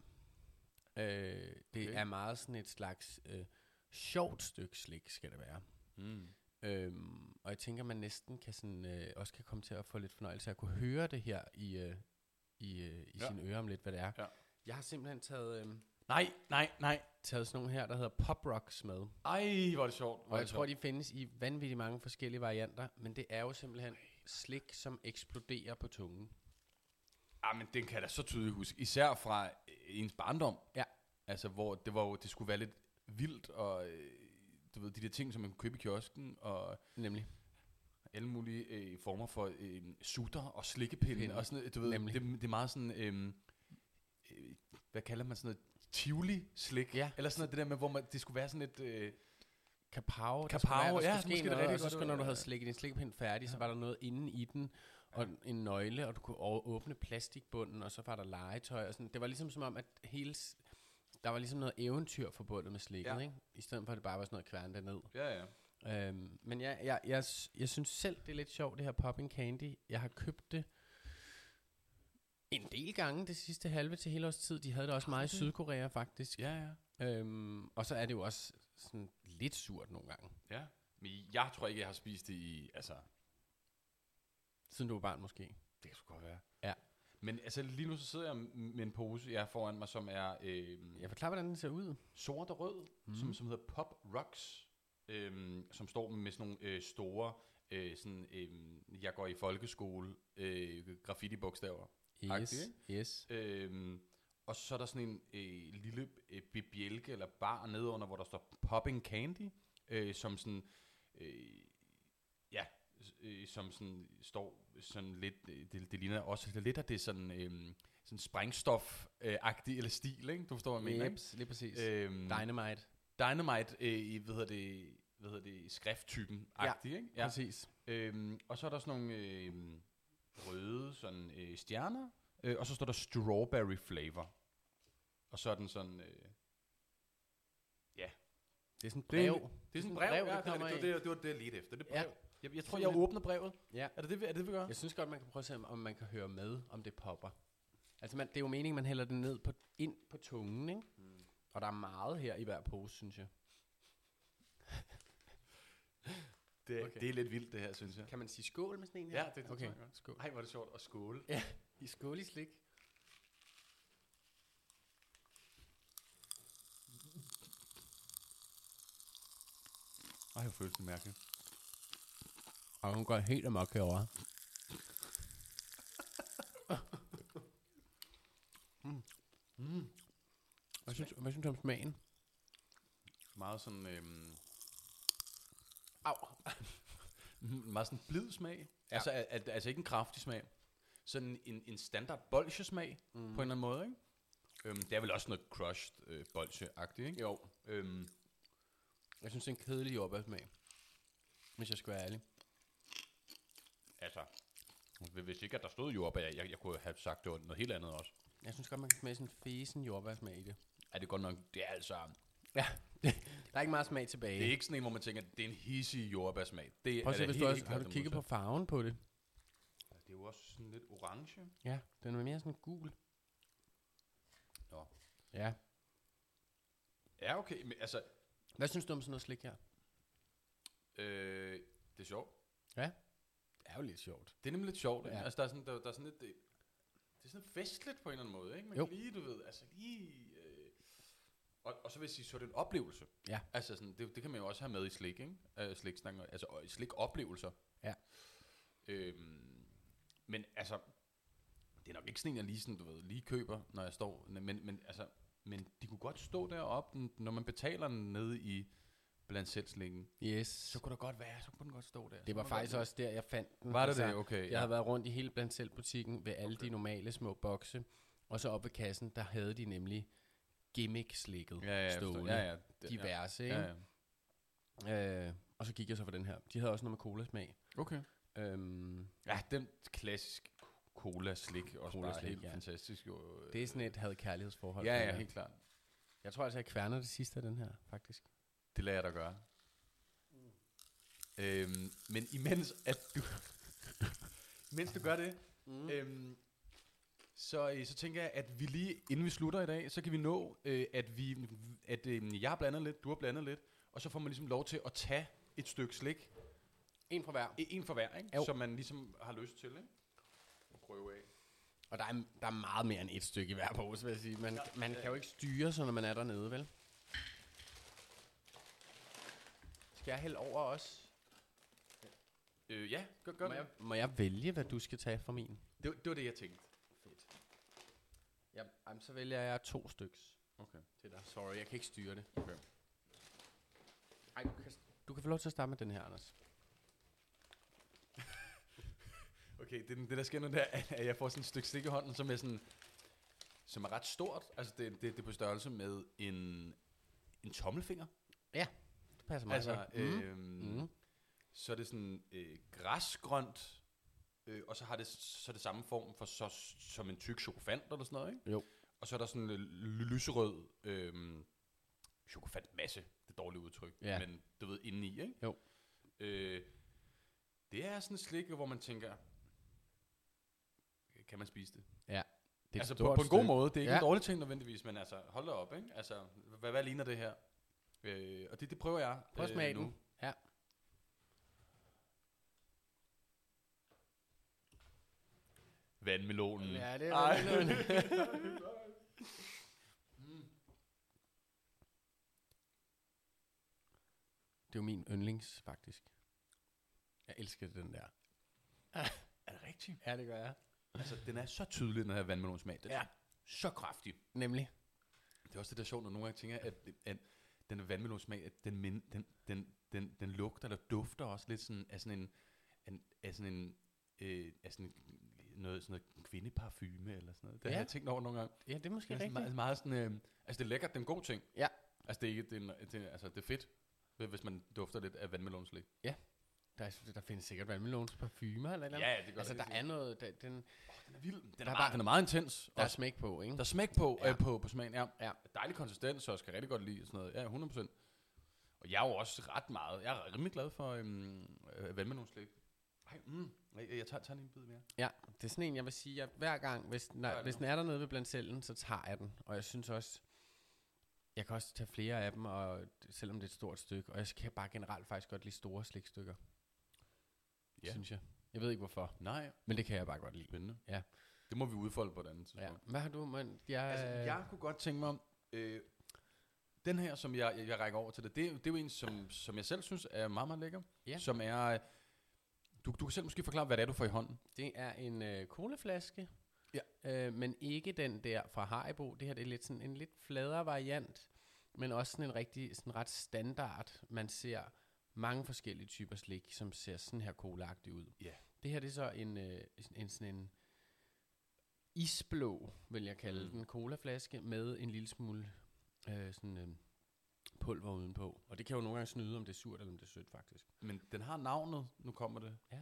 Øh, det okay. Okay. er meget sådan et slags øh, sjovt stykke slik, skal det være. Mm. Øhm, og jeg tænker, man næsten kan sådan, øh, også kan komme til at få lidt fornøjelse af at kunne høre det her i, øh, i, øh, i ja. Ja. sine ører om lidt, hvad det er. Ja. Jeg har simpelthen taget, øh, Nej, nej, nej. taget sådan nogle her, der hedder Pop Rocks med. Og Ej, hvor er det sjovt. Hvor er jeg det tror, de findes i vanvittigt mange forskellige varianter, men det er jo simpelthen slik, som eksploderer på tungen. Ja, Ah, men den kan jeg da så tydeligt huske. Især fra øh, ens barndom. Ja. Altså, hvor det, var jo, det skulle være lidt vildt, og øh, du ved, de der ting, som man kunne købe i kiosken, og Nemlig. alle mulige øh, former for øh, sutter og slikkepinde, Pinde. Pinde. og sådan noget. Du ved, Nemlig. det, det er meget sådan, øh, øh, hvad kalder man sådan noget, tivoli-slik? Ja. Eller sådan noget, det der med, hvor man, det skulle være sådan et... Øh, Kapow. der Kapow, skulle være- der ja, skulle det ske måske det noget, rigtig og så godt skulle, ud, når du ja. havde slikket din slikpind færdig, så var der noget inde i den, og en nøgle, og du kunne over- åbne plastikbunden, og så var der legetøj. Og sådan. Det var ligesom som om, at hele, s- der var ligesom noget eventyr forbundet med slikket, ja. Ja. ikke? i stedet for at det bare var sådan noget kværne ned. ja, ja. Øhm, men jeg, jeg, jeg, s- jeg synes selv, det er lidt sjovt, det her popping candy. Jeg har købt det en del gange det sidste halve til hele års tid. De havde det også Har meget i du det? Sydkorea, faktisk. Ja, ja. Øhm, og så er det jo også sådan lidt surt nogle gange. Ja. Men jeg tror ikke, jeg har spist det i, altså, Siden du var barn måske. Det kan sgu godt være. Ja. Men altså lige nu så sidder jeg m- med en pose, jeg har foran mig, som er øh, Jeg forklarer, hvordan den ser ud. sort og rød, mm. som, som hedder Pop Rocks, øh, som står med sådan nogle øh, store, øh, sådan, øh, jeg går i folkeskole, øh, graffiti-bogstaver. Yes, Agtig, yes. Øh, og så er der sådan en øh, lille øh, bjælke eller bar nedenunder, hvor der står Popping Candy, øh, som sådan, øh, ja, s- øh, som sådan står sådan lidt, øh, det, det ligner også lidt, at det er sådan, øh, sådan sprængstof-agtig øh, eller stil, ikke? Du forstår, hvad jeg mener, ikke? Jeps, lige præcis. Øh, Øhm, Dynamite, Dynamite, øh, i, hvad hedder det, hvad hedder det, skrifttypen agtig, ikke? ja. præcis. Øhm, og så er der sådan nogle øh, røde sådan, øh, stjerner, øh, og så står der strawberry flavor. Og så er den sådan... Øh, Det er sådan et Det er brev. en- det er sådan et brev, ja, det, kommer var det, i. det, var- det var det, jeg ledte efter. Det er Ja. brev. Jeg, jeg tror, jeg Simpelthen. åbner brevet. Ja. Er det det, vi- er det, det vi gør? Jeg synes godt, man kan prøve at se, om- om man kan høre med, om det popper. Altså, man, det er jo meningen, man hælder den ned på, ind på tungen, ikke? Mm. Og der er meget her i hver pose, synes jeg. Det, Okay. er lidt vildt, det her, synes jeg. Kan man sige skål med sådan en her? Ja, det, det okay. tror jeg godt. Skål. Ej, hvor er det sjovt at skåle. Ja, i skål i slik. Ej, hvor føles det mærkeligt. Og hun går helt amok herovre. Mm. Hvad synes, hvad synes du om smagen? Meget sådan... Øhm, Au. Mm, meget sådan blid smag. Ja. Ja. Altså, al, al, altså ikke en kraftig smag. Sådan en, en standard bolsjesmag mm. på en eller anden måde, ikke? Øhm, det er vel også noget crushed øh, bolsje-agtigt, ikke? Jo. Øhm, Jeg synes, det er en kedelig jordbærsmag. Hvis jeg skal være ærlig. altså, hvi- hvis ikke at der stod jordbær, jeg, jeg, jeg kunne have sagt, det var noget helt andet også. Jeg synes godt, man kan smage sådan en fesen jordbærsmag i det. Er det godt nok, det er altså... Ja, det, Der er ikke meget smag tilbage. Det er ikke sådan en, hvor man tænker, det er en hissig jordbærsmag. Det Prøv er at se, da hvis du helt- også, helt har klart du det kigget på modsatte. farven på det? Det er jo også sådan lidt orange. Ja, den er mere sådan gul. Nå. Ja. Ja, okay. Men, altså, Hvad synes du om sådan noget slik her? øh, det er sjovt. Det er jo lidt sjovt. Det er nemlig lidt sjovt. Ja. Ja. Altså, der er sådan, der, der er sådan lidt... Det, det er sådan festligt på en eller anden måde, ikke? Man Jo. kan lige, du ved, altså lige... Øh, og, og så vil jeg sige, så er det en oplevelse. Ja. Altså, sådan, det, det kan man jo også have med i slik, ikke? Øh, sliksnakken, altså og i slikoplevelser. Ja. Øhm, men altså, det er nok ikke sådan en, jeg lige, sådan, du ved, lige køber, når jeg står... Men, men altså, men de kunne godt stå deroppe, den- når man betaler den nede i blandt selv slikken. Yes. Så kunne der godt være, så kunne den godt stå der. Så Det var kunne den faktisk godt- også der, jeg fandt den. Var det Altså, det? Okay. Jeg havde været rundt i hele blandt selv butikken ved alle de normale små bokse, og så oppe ved kassen, der havde de nemlig gimmick-slikket ja, ja, jeg forstår. stående. ja, ja, det- ja. Diverse, ikke? Ja, ja. Øh, og så gik jeg så for den her. De havde også noget med colasmag. Okay. Øhm, Ja, den klassisk cola-slik, også cola bare Cola-slik, helt ja. ja. fantastisk. Jo. øh, det er sådan et havde kærlighedsforhold. Ja, til ja, det helt her. klart. Jeg tror altså, jeg kværner det sidste af den her, faktisk. Det lader jeg dig gøre. Øhm, men imens at du... mens du gør det, Mm. øhm, så, øh, så tænker jeg, at vi lige, inden vi slutter i dag, så kan vi nå, øh, at, vi, at øh, jeg har blandet lidt, du har blandet lidt, og så får man ligesom lov til at tage et stykke slik, En fra hver. en for hver, ikke? Jo. som man ligesom har lyst til, ikke? Og prøve af. Og der er, der er meget mere end et stykke i hver pose, vil jeg sige. Man, man kan jo ikke styre sig, når man er dernede, vel? Skal jeg hælde over os? Øh, ja, gør, gør Må jeg, må jeg vælge, hvad du skal tage fra min? Det, var- det var det, jeg tænkte. Ja, jamen, så vælger jeg to styks Okay. til dig. Sorry, jeg kan ikke styre det. Okay. Ej, du kan, du kan få lov til at starte med den her, Anders. Okay, det, er den- det der sker nu, der, er, at jeg får sådan et stykke slik i hånden, som er sådan, som er ret stort. Altså, det, det, det er på størrelse med en, en tommelfinger. Det passer meget Altså, godt. øhm, mm. Mm. så er det sådan øh, græsgrønt, øh, og så har det så det samme form for så, som en tyk chokofant eller sådan noget, ikke? Jo. Og så er der sådan en øh, lyserød øh, chokofantmasse, det dårlige udtryk, Ja. men du ved, indeni, ikke? Jo. Øh, det er sådan et slik, hvor man tænker, kan man spise det? Det er altså et på, stort på en god stykke. måde, det er ikke Ja. ja. en dårlig ting nødvendigvis, men altså, hold da op, ikke? Altså, hvad, hvad ligner det her? Øh, og det, det prøver jeg øh, Prøv at smage den. Ja. Vandmelonen. Ja, det Ej. er vel noget. Mm. Det er jo min yndlings, faktisk. Jeg elsker den der. Er det rigtigt? Ja, det gør jeg. Altså, den er så tydelig, den her vandmelonsmag. Den ja. Ja. er så kraftig. Nemlig. Det er også det, der er sjovt, når nogle gange tænker, at, at den her vandmelonsmag, at den, min- den, den, den, den lugter eller dufter også lidt sådan, af sådan en, en, af sådan en, øh, af sådan en, noget, sådan noget kvindeparfume eller sådan noget. Det ja. Ja. har jeg tænkt over nogle gange. Ja, det er måske Det er sådan rigtigt. meget, meget sådan, øh, altså det er lækkert, det er en god ting. Ja. Altså det er, ikke, det er, en- det er, altså, det er fedt, hvis man dufter lidt af vandmelonslik. Der, er, der findes sikkert vandmelons parfumer eller et eller andet. det altså, der er noget, der, den, Den er, vild. Den, er er bare- bare, den er meget intens. der er også. smæk på, ikke? der er smæk på, Ja. øh, på, på smagen. Ja. Ja. Dejlig konsistens, så jeg skal rigtig godt lide sådan noget. Ja, 100%. Og jeg er jo også ret meget, jeg er rimelig glad for øhm, øh, vandmelonslik. Ej, mm, jeg, jeg tager, tager lige en bid mere. Ja, det er sådan en, jeg vil sige, at hver gang, hvis den, Gør er, det hvis nu. den er dernede ved blandt cellen, så tager jeg den. Og jeg synes også, jeg kan også tage flere af dem, og d- selvom det er et stort stykke. Og jeg kan bare generelt faktisk godt lide store slikstykker, Ja. ja. synes jeg. Jeg ved ikke hvorfor, Nej, men det kan jeg bare godt lide. spændende. Ja. Det må vi udfolde på et andet tidspunkt. Ja. Hvad har du, mand? Jeg, Altså, jeg kunne godt tænke mig om... Øh, den her, som jeg, jeg, jeg rækker over til dig, det, er jo- det er jo en, som, som jeg selv synes er meget, meget lækker. Ja. Som er... øh, Du, du kan selv måske forklare, hvad det er, du får i hånden. Det er en øh, colaflaske, Ja. øh, men ikke den der fra Haribo. Det her det er lidt sådan en lidt fladere variant, men også sådan en rigtig, sådan ret standard. Man ser mange forskellige typer slik, som ser sådan her colaagtigt ud. Ja. Det her det er så en, øh, en, en sådan en isblå, vil jeg kalde Mm. mm. den, colaflaske med en lille smule øh, sådan, øh, pulver udenpå. Og det kan jo nogle gange snyde, om det er surt eller om det er sødt faktisk. Men den har navnet, nu kommer det. Ja.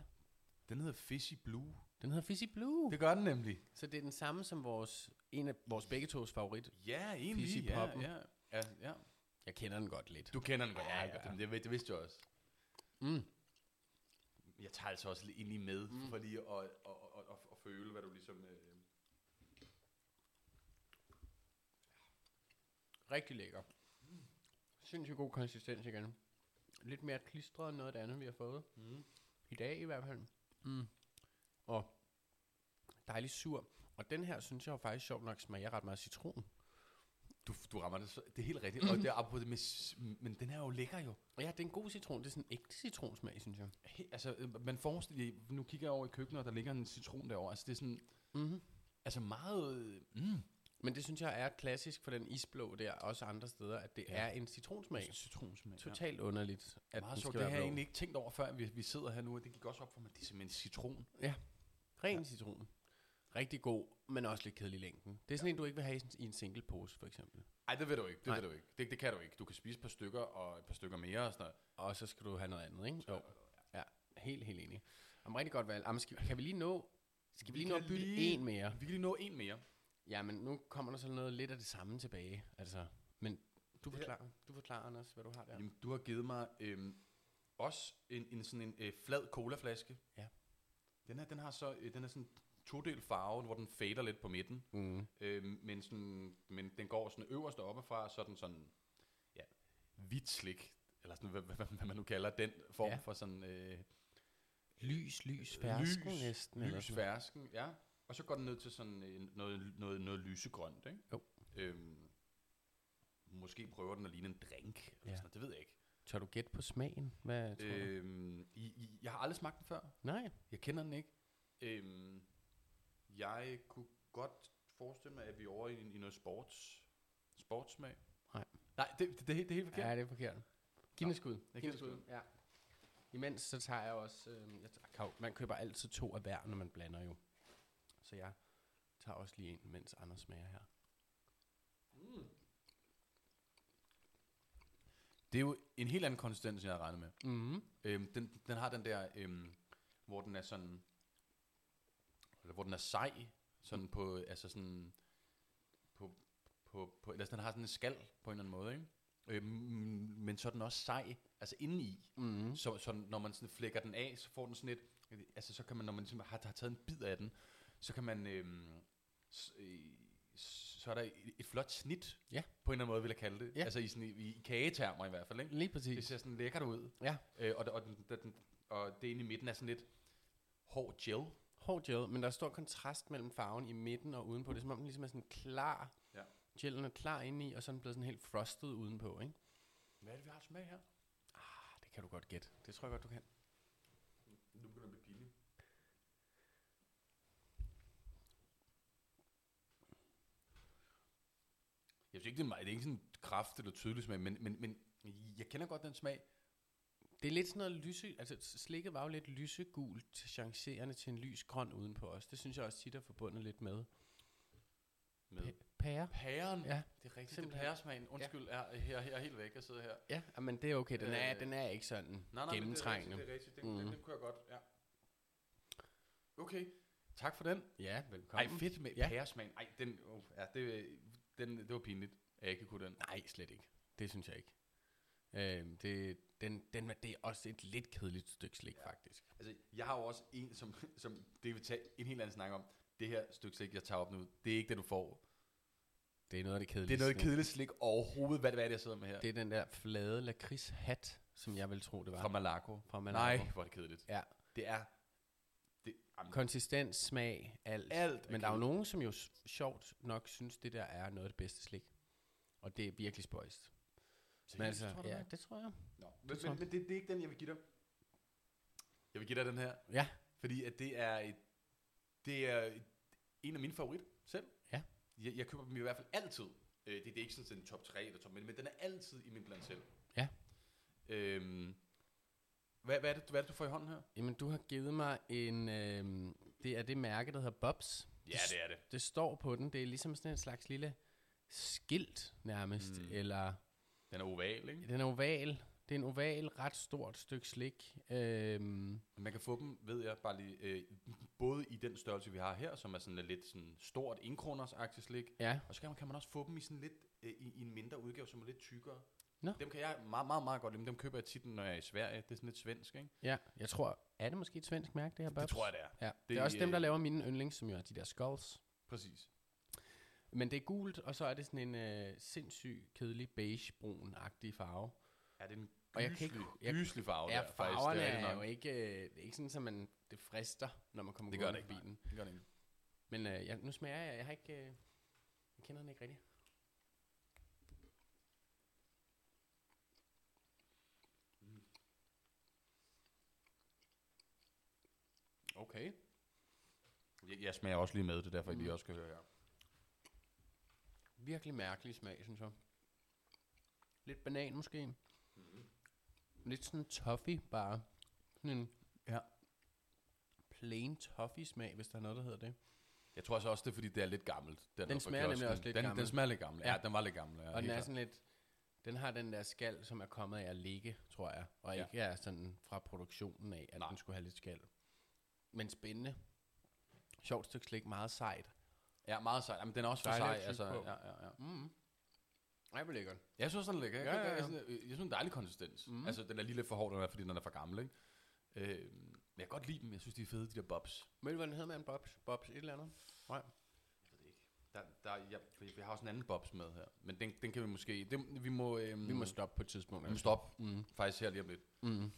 Den hedder Fishy Blue. Den hedder Fizzy Blue. Det gør den nemlig. Så det er den samme som vores, en af vores begge tos favorit. Ja, Fizzy egentlig. Ja, Poppen. ja, ja, ja. Jeg kender den godt lidt. Du kender den godt. Ja, Ja, jeg ja, gør. ja. Det, ved- det vidste jeg også. Mm. Jeg tager altså også lige ind i med, Mm. mm. for lige at, at, at, at, at føle, hvad du ligesom... Øh, Rigtig lækker. Sindssygt god konsistens igen. Lidt mere klistret end noget af det andet, vi har fået. mm. I dag i hvert fald. Mm. Og dejlig sur. Og den her, synes jeg jo faktisk sjovt nok, smager ret meget af citron. du, du rammer det så, Det er helt rigtigt. Og det er apropos det med... s- Men den er jo lækker jo. Og ja, det er en god citron. Det er sådan en ægte citronsmag, synes jeg. He, altså, øh, man forestiller... Nu kigger jeg over i køkkenet, og der ligger en citron derovre. Altså, det er sådan... Mm-hmm. Altså meget... øh, Mm, Men det synes jeg er klassisk for den isblå der, også andre steder, at det ja. er Ja. en citronsmag. Altså, citronsmag. ja. Totalt underligt, at Meget den sjovt. skal Det være har jeg blå. egentlig ikke tænkt over, før vi, vi sidder her nu, og det gik også op for mig. Det er simpelthen citron. Ren ja. citron. Rigtig god, men også lidt kedelig i længden. Det er sådan ja. en, du ikke vil have i sådan- i en single pose, for eksempel. Nej, det vil du ikke. Det, Nej. vil du ikke. Det, det, kan du ikke. Du kan spise et par stykker og et par stykker mere og sådan noget. Og så skal du have noget andet, ikke? Jo. Ja, helt, helt enig. Jamen, rigtig godt valg. Jamen, skal, kan vi lige nå... Skal vi Vi lige nå at kan bytte lige- en mere? Vi kan lige nå en mere. Ja, men nu kommer der så noget lidt af det samme tilbage. Altså, men du Det her- forklarer, du forklarer Anders, hvad du har der. Jamen, du har givet mig øhm, også en, en sådan en øh, flad colaflaske. Ja. Den her, den har så, øh, den er sådan todel farve, hvor den fader lidt på midten. Mm. Øh, men, sådan, men den går sådan øverst oppefra, så er den sådan, ja, hvidt slik. Eller sådan, hvad, hvad, hvad man nu kalder den form Ja. ja. for sådan... Øh, Lys, lys, fersken lys, næsten. eller Lys sådan noget. fersken, ja. Og så går den ned til sådan øh, noget, noget, noget lysegrønt, ikke? Jo. Øhm, måske prøver den at ligne en drink, eller Ja. sådan, noget, det ved jeg ikke. Tør du gætte på smagen? Hvad tror øh. du? Øhm, I, I, jeg har aldrig smagt den før. Nej. Jeg kender den ikke. Øhm, jeg kunne godt forestille mig, at vi er over i, i noget sports, sportssmag. Nej. Nej, det, det, det, er helt- det er helt forkert. Ja, det er forkert. Giv Nå, den et skud. Giv jeg giver den et den et Ja. Imens så tager jeg også... Øh, jeg tager, kav- man køber altid to af hver, når man blander jo. Så jeg tager også lige en, mens Anders smager her. Mm. Det er jo en helt anden konsistens, end jeg havde regnet med. Mm. Øhm, den, den har den der, øhm, hvor den er sådan, eller hvor den er sej, sådan på, altså sådan, på, på, på eller sådan, den har sådan en skal på en eller anden måde, ikke? Øhm, men så er den også sej, altså indeni. Mm. Så, så når man sådan flækker den af, så får den sådan et, altså så kan man, når man ligesom har, har taget en bid af den, så kan man, øhm, s- øh, så er der et, et flot snit, Ja. på en eller anden måde vil jeg kalde det. Ja. Altså i, sådan, i, i kagetermer i hvert fald, ikke? Lige Det præcis. ser sådan lækkert ud. Ja. Øh, og, der- og, den, der- den, og det inde i midten er sådan lidt hård gel. hård gel, men der er stor kontrast mellem farven i midten og udenpå. Det er som om den ligesom er sådan klar. Ja. Gelen er klar indeni, og så er den blevet sådan helt frosted udenpå, ikke? Hvad er det, vi har smag her? Ah, det kan du godt gætte. Det tror jeg godt, du kan. Nu begynder det at blive pinligt. Jeg synes ikke, det er, meget, det er ikke sådan en kraft eller tydelig smag, men, men, men jeg kender godt den smag. Det er lidt sådan noget lyse... Altså, s- slikket var jo lidt lysegult, chancerende til en lys grøn udenpå os. Det synes jeg også tit er forbundet lidt med. Med P- pære. pæren. Ja, det er simpelthen. rigtigt. Simpelthen. Pæresmagen, undskyld, ja. er, her, her, helt væk. Jeg sidder her. Ja, ah, men det er okay. Den er, Øh, den er ikke sådan nej, nej, men gennemtrængende. Det Det er rigtigt, det er Mhm. rigtigt. Den, den, den kunne jeg godt, ja. Okay, tak for den. ja, Ej, velkommen. fedt med Ja. ja. pæresmagen. Ej, den, oh, ja, det, den, det var pinligt, at jeg ikke kunne den. Nej, slet ikke. Det synes jeg ikke. Øh, det, den, den, var- det er også et lidt kedeligt stykke slik, ja. Ja. faktisk. Altså, jeg har jo også en, som, som det vil tage en helt anden snak om. Det her stykke slik, jeg tager op nu, det er ikke det, du får. Det er noget af det Det er kedeligste. noget kedeligt slik overhovedet. Hvad, hvad er det, jeg sidder med her? Det er den der flade lakridshat, som jeg vil tro, det var. Fra Malaco. Fra Malaco. Nej, hvor er det kedeligt. Ja. Det er... Det, jamen, Konsistens, smag, alt. alt Men der er jo kedeligt. nogen, som jo s- sjovt nok synes, det der er noget af det bedste slik. Og det er virkelig spøjst. Men Seriøst, altså, tror du ja, det? det tror jeg. Nå, men, tror men, jeg. men det, det er ikke den, jeg vil give dig. Jeg vil give dig den her. Ja. Fordi at det er et, det er et, en af mine favoritter selv. Ja. Jeg, jeg køber dem i hvert fald altid. Øh, det, det er ikke sådan en top 3 eller top, men, men den er altid i min blandt selv. Ja. Øhm, hvad, hvad, er det, hvad er det, du får i hånden her? Jamen, du har givet mig en... Øh, det er det mærke, der hedder Bobs. det er det. Det står på den. Det er ligesom sådan en slags lille skilt nærmest. Mm. Mm. Eller Den er oval, ikke? den er oval. Det er en oval, ret stort stykke slik. Øhm, Man kan få dem, ved jeg, bare lige, øh, både i den størrelse, vi har her, som er sådan lidt sådan stort, 1 kroners slik, ja, og så kan man, kan man også få dem i sådan lidt, øh, i, i en mindre udgave, som er lidt tykkere. Nå. Dem kan jeg meget, meget, meget godt lide. men Dem køber jeg tit, når jeg er i Sverige. Det er sådan lidt svensk, ikke? Ja, jeg tror, er det måske et svensk mærke, det her Det Bubs? tror jeg, det Ja, er. det, det er også øh, dem, der laver mine yndlings, som jo er de der skulls. Præcis. Men det er gult, og så er det sådan en øh, sindssyg, kedelig beige-brun-agtig farve. Ja, det er en Og jeg kan ikke- gyselig, jeg- gyselig farve, Ja, der, faktisk. farverne det er, rigtigt er, nok. jo ikke, øh, det er ikke sådan, at man, det frister, når man kommer Det gør det gående ikke, forbi den. Det gør det ikke. Men øh, jeg, nu smager jeg, jeg har ikke, øh, jeg kender den ikke rigtigt. Okay. Jeg, jeg smager også lige med, det er derfor, mm. I lige Mm. også skal høre her. Virkelig mærkelig smag, synes jeg. Lidt banan måske. Mm. Mhm. Lidt sådan toffee bare. Sådan en Ja. plain toffee smag, hvis der er noget, der hedder det. Jeg tror altså også, det er, fordi det er lidt gammelt. Den, Den er fra smager nemlig kiosken. også lidt den, Den gammel. smager lidt gammel. Ja, Ja. ja den var lidt gammel. Ja, Og den helt er klart. sådan lidt, den har den der skal, som er kommet af at ligge, tror jeg. Og Ja. ikke er sådan fra produktionen af, at Nej. den skulle have lidt skal. Men spændende. Sjovt stykke slik, meget sejt. Ja, meget sej. Jamen, den er også for Dejlig sej. at tygge Altså, på. ja, ja, ja. Mm. Ej, hvor lækkert. Jeg synes, den er lækker. Jeg, Ja, ja, ja, ja, ja. ja. jeg, synes, øh, jeg synes, den er dejlig konsistens. Mhm. Mm. Altså, den er lige lidt for hård, den er, fordi den er for gammel, ikke? Øh, men jeg kan godt lide dem. Jeg synes, de er fede, de der bobs. Ved du, hvad den hedder med en bobs? Bobs et eller andet? Jeg ved det ikke. Der, der, jeg, vi har også en anden bobs med her. Men den, den kan vi måske... Den, vi må... Øh, Mm. Vi må stoppe på et tidspunkt. vi må altså. stoppe Mm. faktisk her lige om lidt. Mm.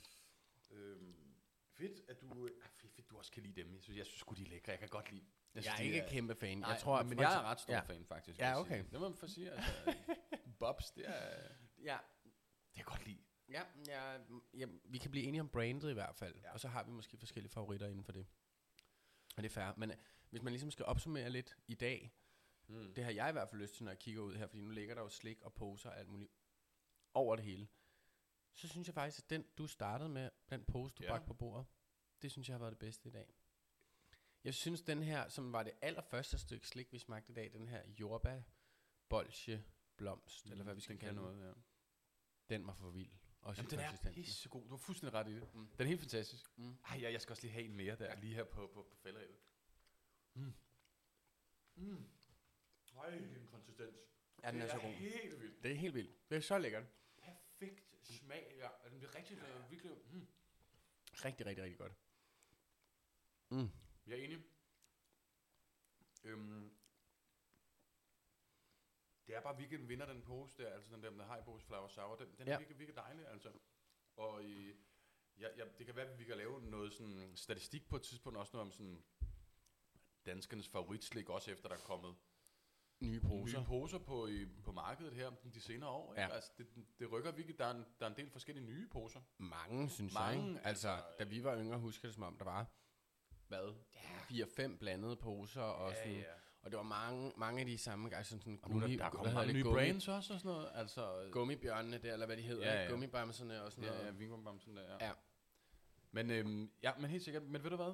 Øhm, fedt, at du, ah, fedt, fedt, du også kan lide dem. Jeg synes, jeg synes sgu, de er lækre. Jeg kan godt lide dem. Jeg, synes, er de ikke kæmpe fan. Nej, jeg tror, men for jeg eksempel- er ret stor ja. ja. fan, faktisk. Ja, vil jeg okay. Sige. Det må man for sige. Altså, bobs, det er... Ja, Det kan jeg godt lide. ja, ja, ja, vi kan blive enige om brandet i hvert fald. Ja. Ja. Og så har vi måske forskellige favoritter inden for det. Og det er fair. Men øh, hvis man ligesom skal opsummere lidt i dag, Mm. Det har jeg i hvert fald lyst til, når jeg kigger ud her, fordi nu ligger der jo slik og poser og alt muligt over det hele. Så synes jeg faktisk, at den, du startede med, den pose, du ja. Ja. bragte på bordet, det synes jeg har været det bedste i dag. Jeg synes, den her, som var det allerførste stykke slik, vi smagte i dag, den her jordbær, bolsje, blomst, mm, eller hvad vi skal kalde den, noget, ja. den var for vild. Også Jamen, i den er konsistensen. pissegod. Du har fuldstændig ret i det. Mm. Mm. Den er helt fantastisk. Mm. Mm. Ej, jeg, jeg skal også lige have en mere der, lige her på, på, på fælderevet. Mm. Mm. Ej, en konsistens. Ja, den er det så er god. helt vildt. Det er helt vildt. Det er så lækkert. Perfekt smag, ja. Og Den bliver rigtig, ja. virkelig... Mm. Rigtig, rigtig, rigtig godt. Mm. Jeg er enig. Øhm, det er bare virkelig en vinder, den pose der, altså den der med hajpose flower sour, den, den Ja. ja. er virkelig, virkelig dejlig, altså. Og øh, ja, ja, det kan være, at vi kan lave noget sådan statistik på et tidspunkt, også noget om sådan danskernes favoritslik, også efter der er kommet Nye poser, poser. nye poser på, i, på markedet her de senere år. Ikke? Ja. Ja. Altså, det, det rykker virkelig, der er, en, der er en del forskellige nye poser. Mange, synes jeg. Mange, ikke? Altså, altså, da vi var yngre, husker jeg det som om, der var, hvad, fire-fem blandede poser, og, sådan, og det var mange, mange af de samme, altså sådan, sådan Og nu er der, der er hvad kommet hedder mange det, nye gummi- brands også og sådan noget. Altså, Gummibjørnene der, eller hvad de hedder, Ja, ja, ja. ja. gummibamserne og sådan Ja, noget. ja, vingummibamsen der, ja. Ja. Men, øhm, ja, men helt sikkert, men ved du hvad?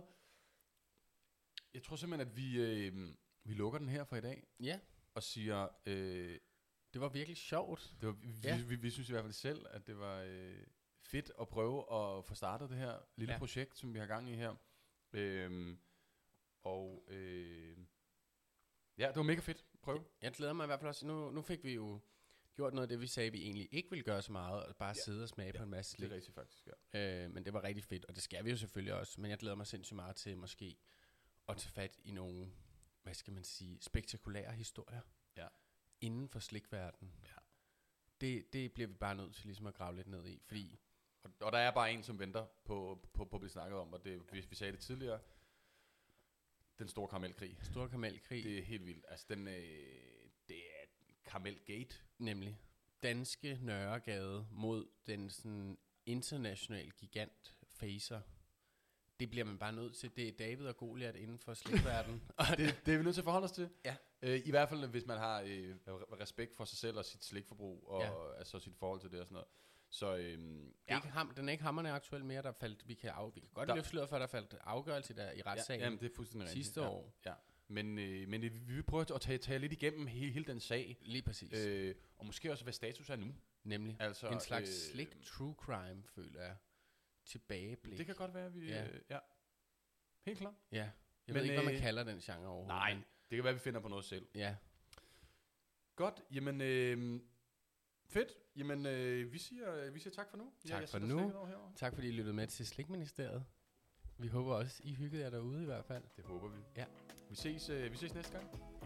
Jeg tror simpelthen, at vi, øhm, vi lukker den her for i dag, Ja, og siger, øh, det var virkelig sjovt. det var, vi, Ja. ja. vi, vi synes i hvert fald selv, at det var øh, fedt at prøve at få startet det her lille Ja. ja. projekt, som vi har gang i her. Øhm, og øh, ja, det var mega fedt. Prøv. Jeg glæder mig i hvert fald også. Nu, nu fik vi jo gjort noget af det, vi sagde, vi egentlig ikke ville gøre så meget, og bare ja. sidde og smage ja. på en masse Det slik. er rigtigt faktisk, ja. Øh, men det var rigtig fedt, og det skal vi jo selvfølgelig også. Men jeg glæder mig sindssygt meget til måske at tage fat i nogle, hvad skal man sige, spektakulære historier Ja. inden for slikverdenen. Ja. Det, det bliver vi bare nødt til ligesom at grave lidt ned i, fordi Og, og der er bare en, som venter på, på, på at blive snakket om, og det, vi, vi sagde det tidligere, den store karamelkrig. stor kamelkrig, det. Det er helt vildt. Altså, den, øh, det er karamelgate. nemlig danske Nørregade mod den sådan international gigant Facer, det bliver man bare nødt til. Det er David og Goliat inden for slikverdenen. og Det, det er vi nødt til at forholde os til. Ja. Øh, I hvert fald, hvis man har øh, re- respekt for sig selv og sit slikforbrug, og Ja. ja. altså sit forhold til det og sådan noget. Så øhm, Det er ikke ham, den er ikke hammerne aktuel mere, der faldt, vi kan, af, vi kan godt Der- løfte sløret for, der faldt afgørelse i der, i ja, retssagen jamen, det er fuldstændig rigtigt. sidste ja. år. Men, øh, men øh, vi vil prøve at tage, tage lidt igennem hele, hele den sag, Lige præcis. Øh, øh, og måske også, hvad status er nu. Nemlig. Altså, en slags øh, slik true crime, føler jeg. Tilbageblik. Det kan godt være, at vi... Ja. Ja. Øh, ja. Helt klart. Ja. Jeg men Men, ved ikke, hvad man øh, kalder den genre overhovedet. Nej, men det kan være, vi finder på noget selv. Ja. Godt, jamen øh, Fedt. Jamen, øh, vi, siger, vi siger tak for nu. Tak for sætter nu. slikket over herovre. Tak fordi I lyttede med til Slikministeriet. Vi håber også, I hyggede jer derude i hvert fald. Det håber vi. Ja. Vi ses, øh, vi ses næste gang.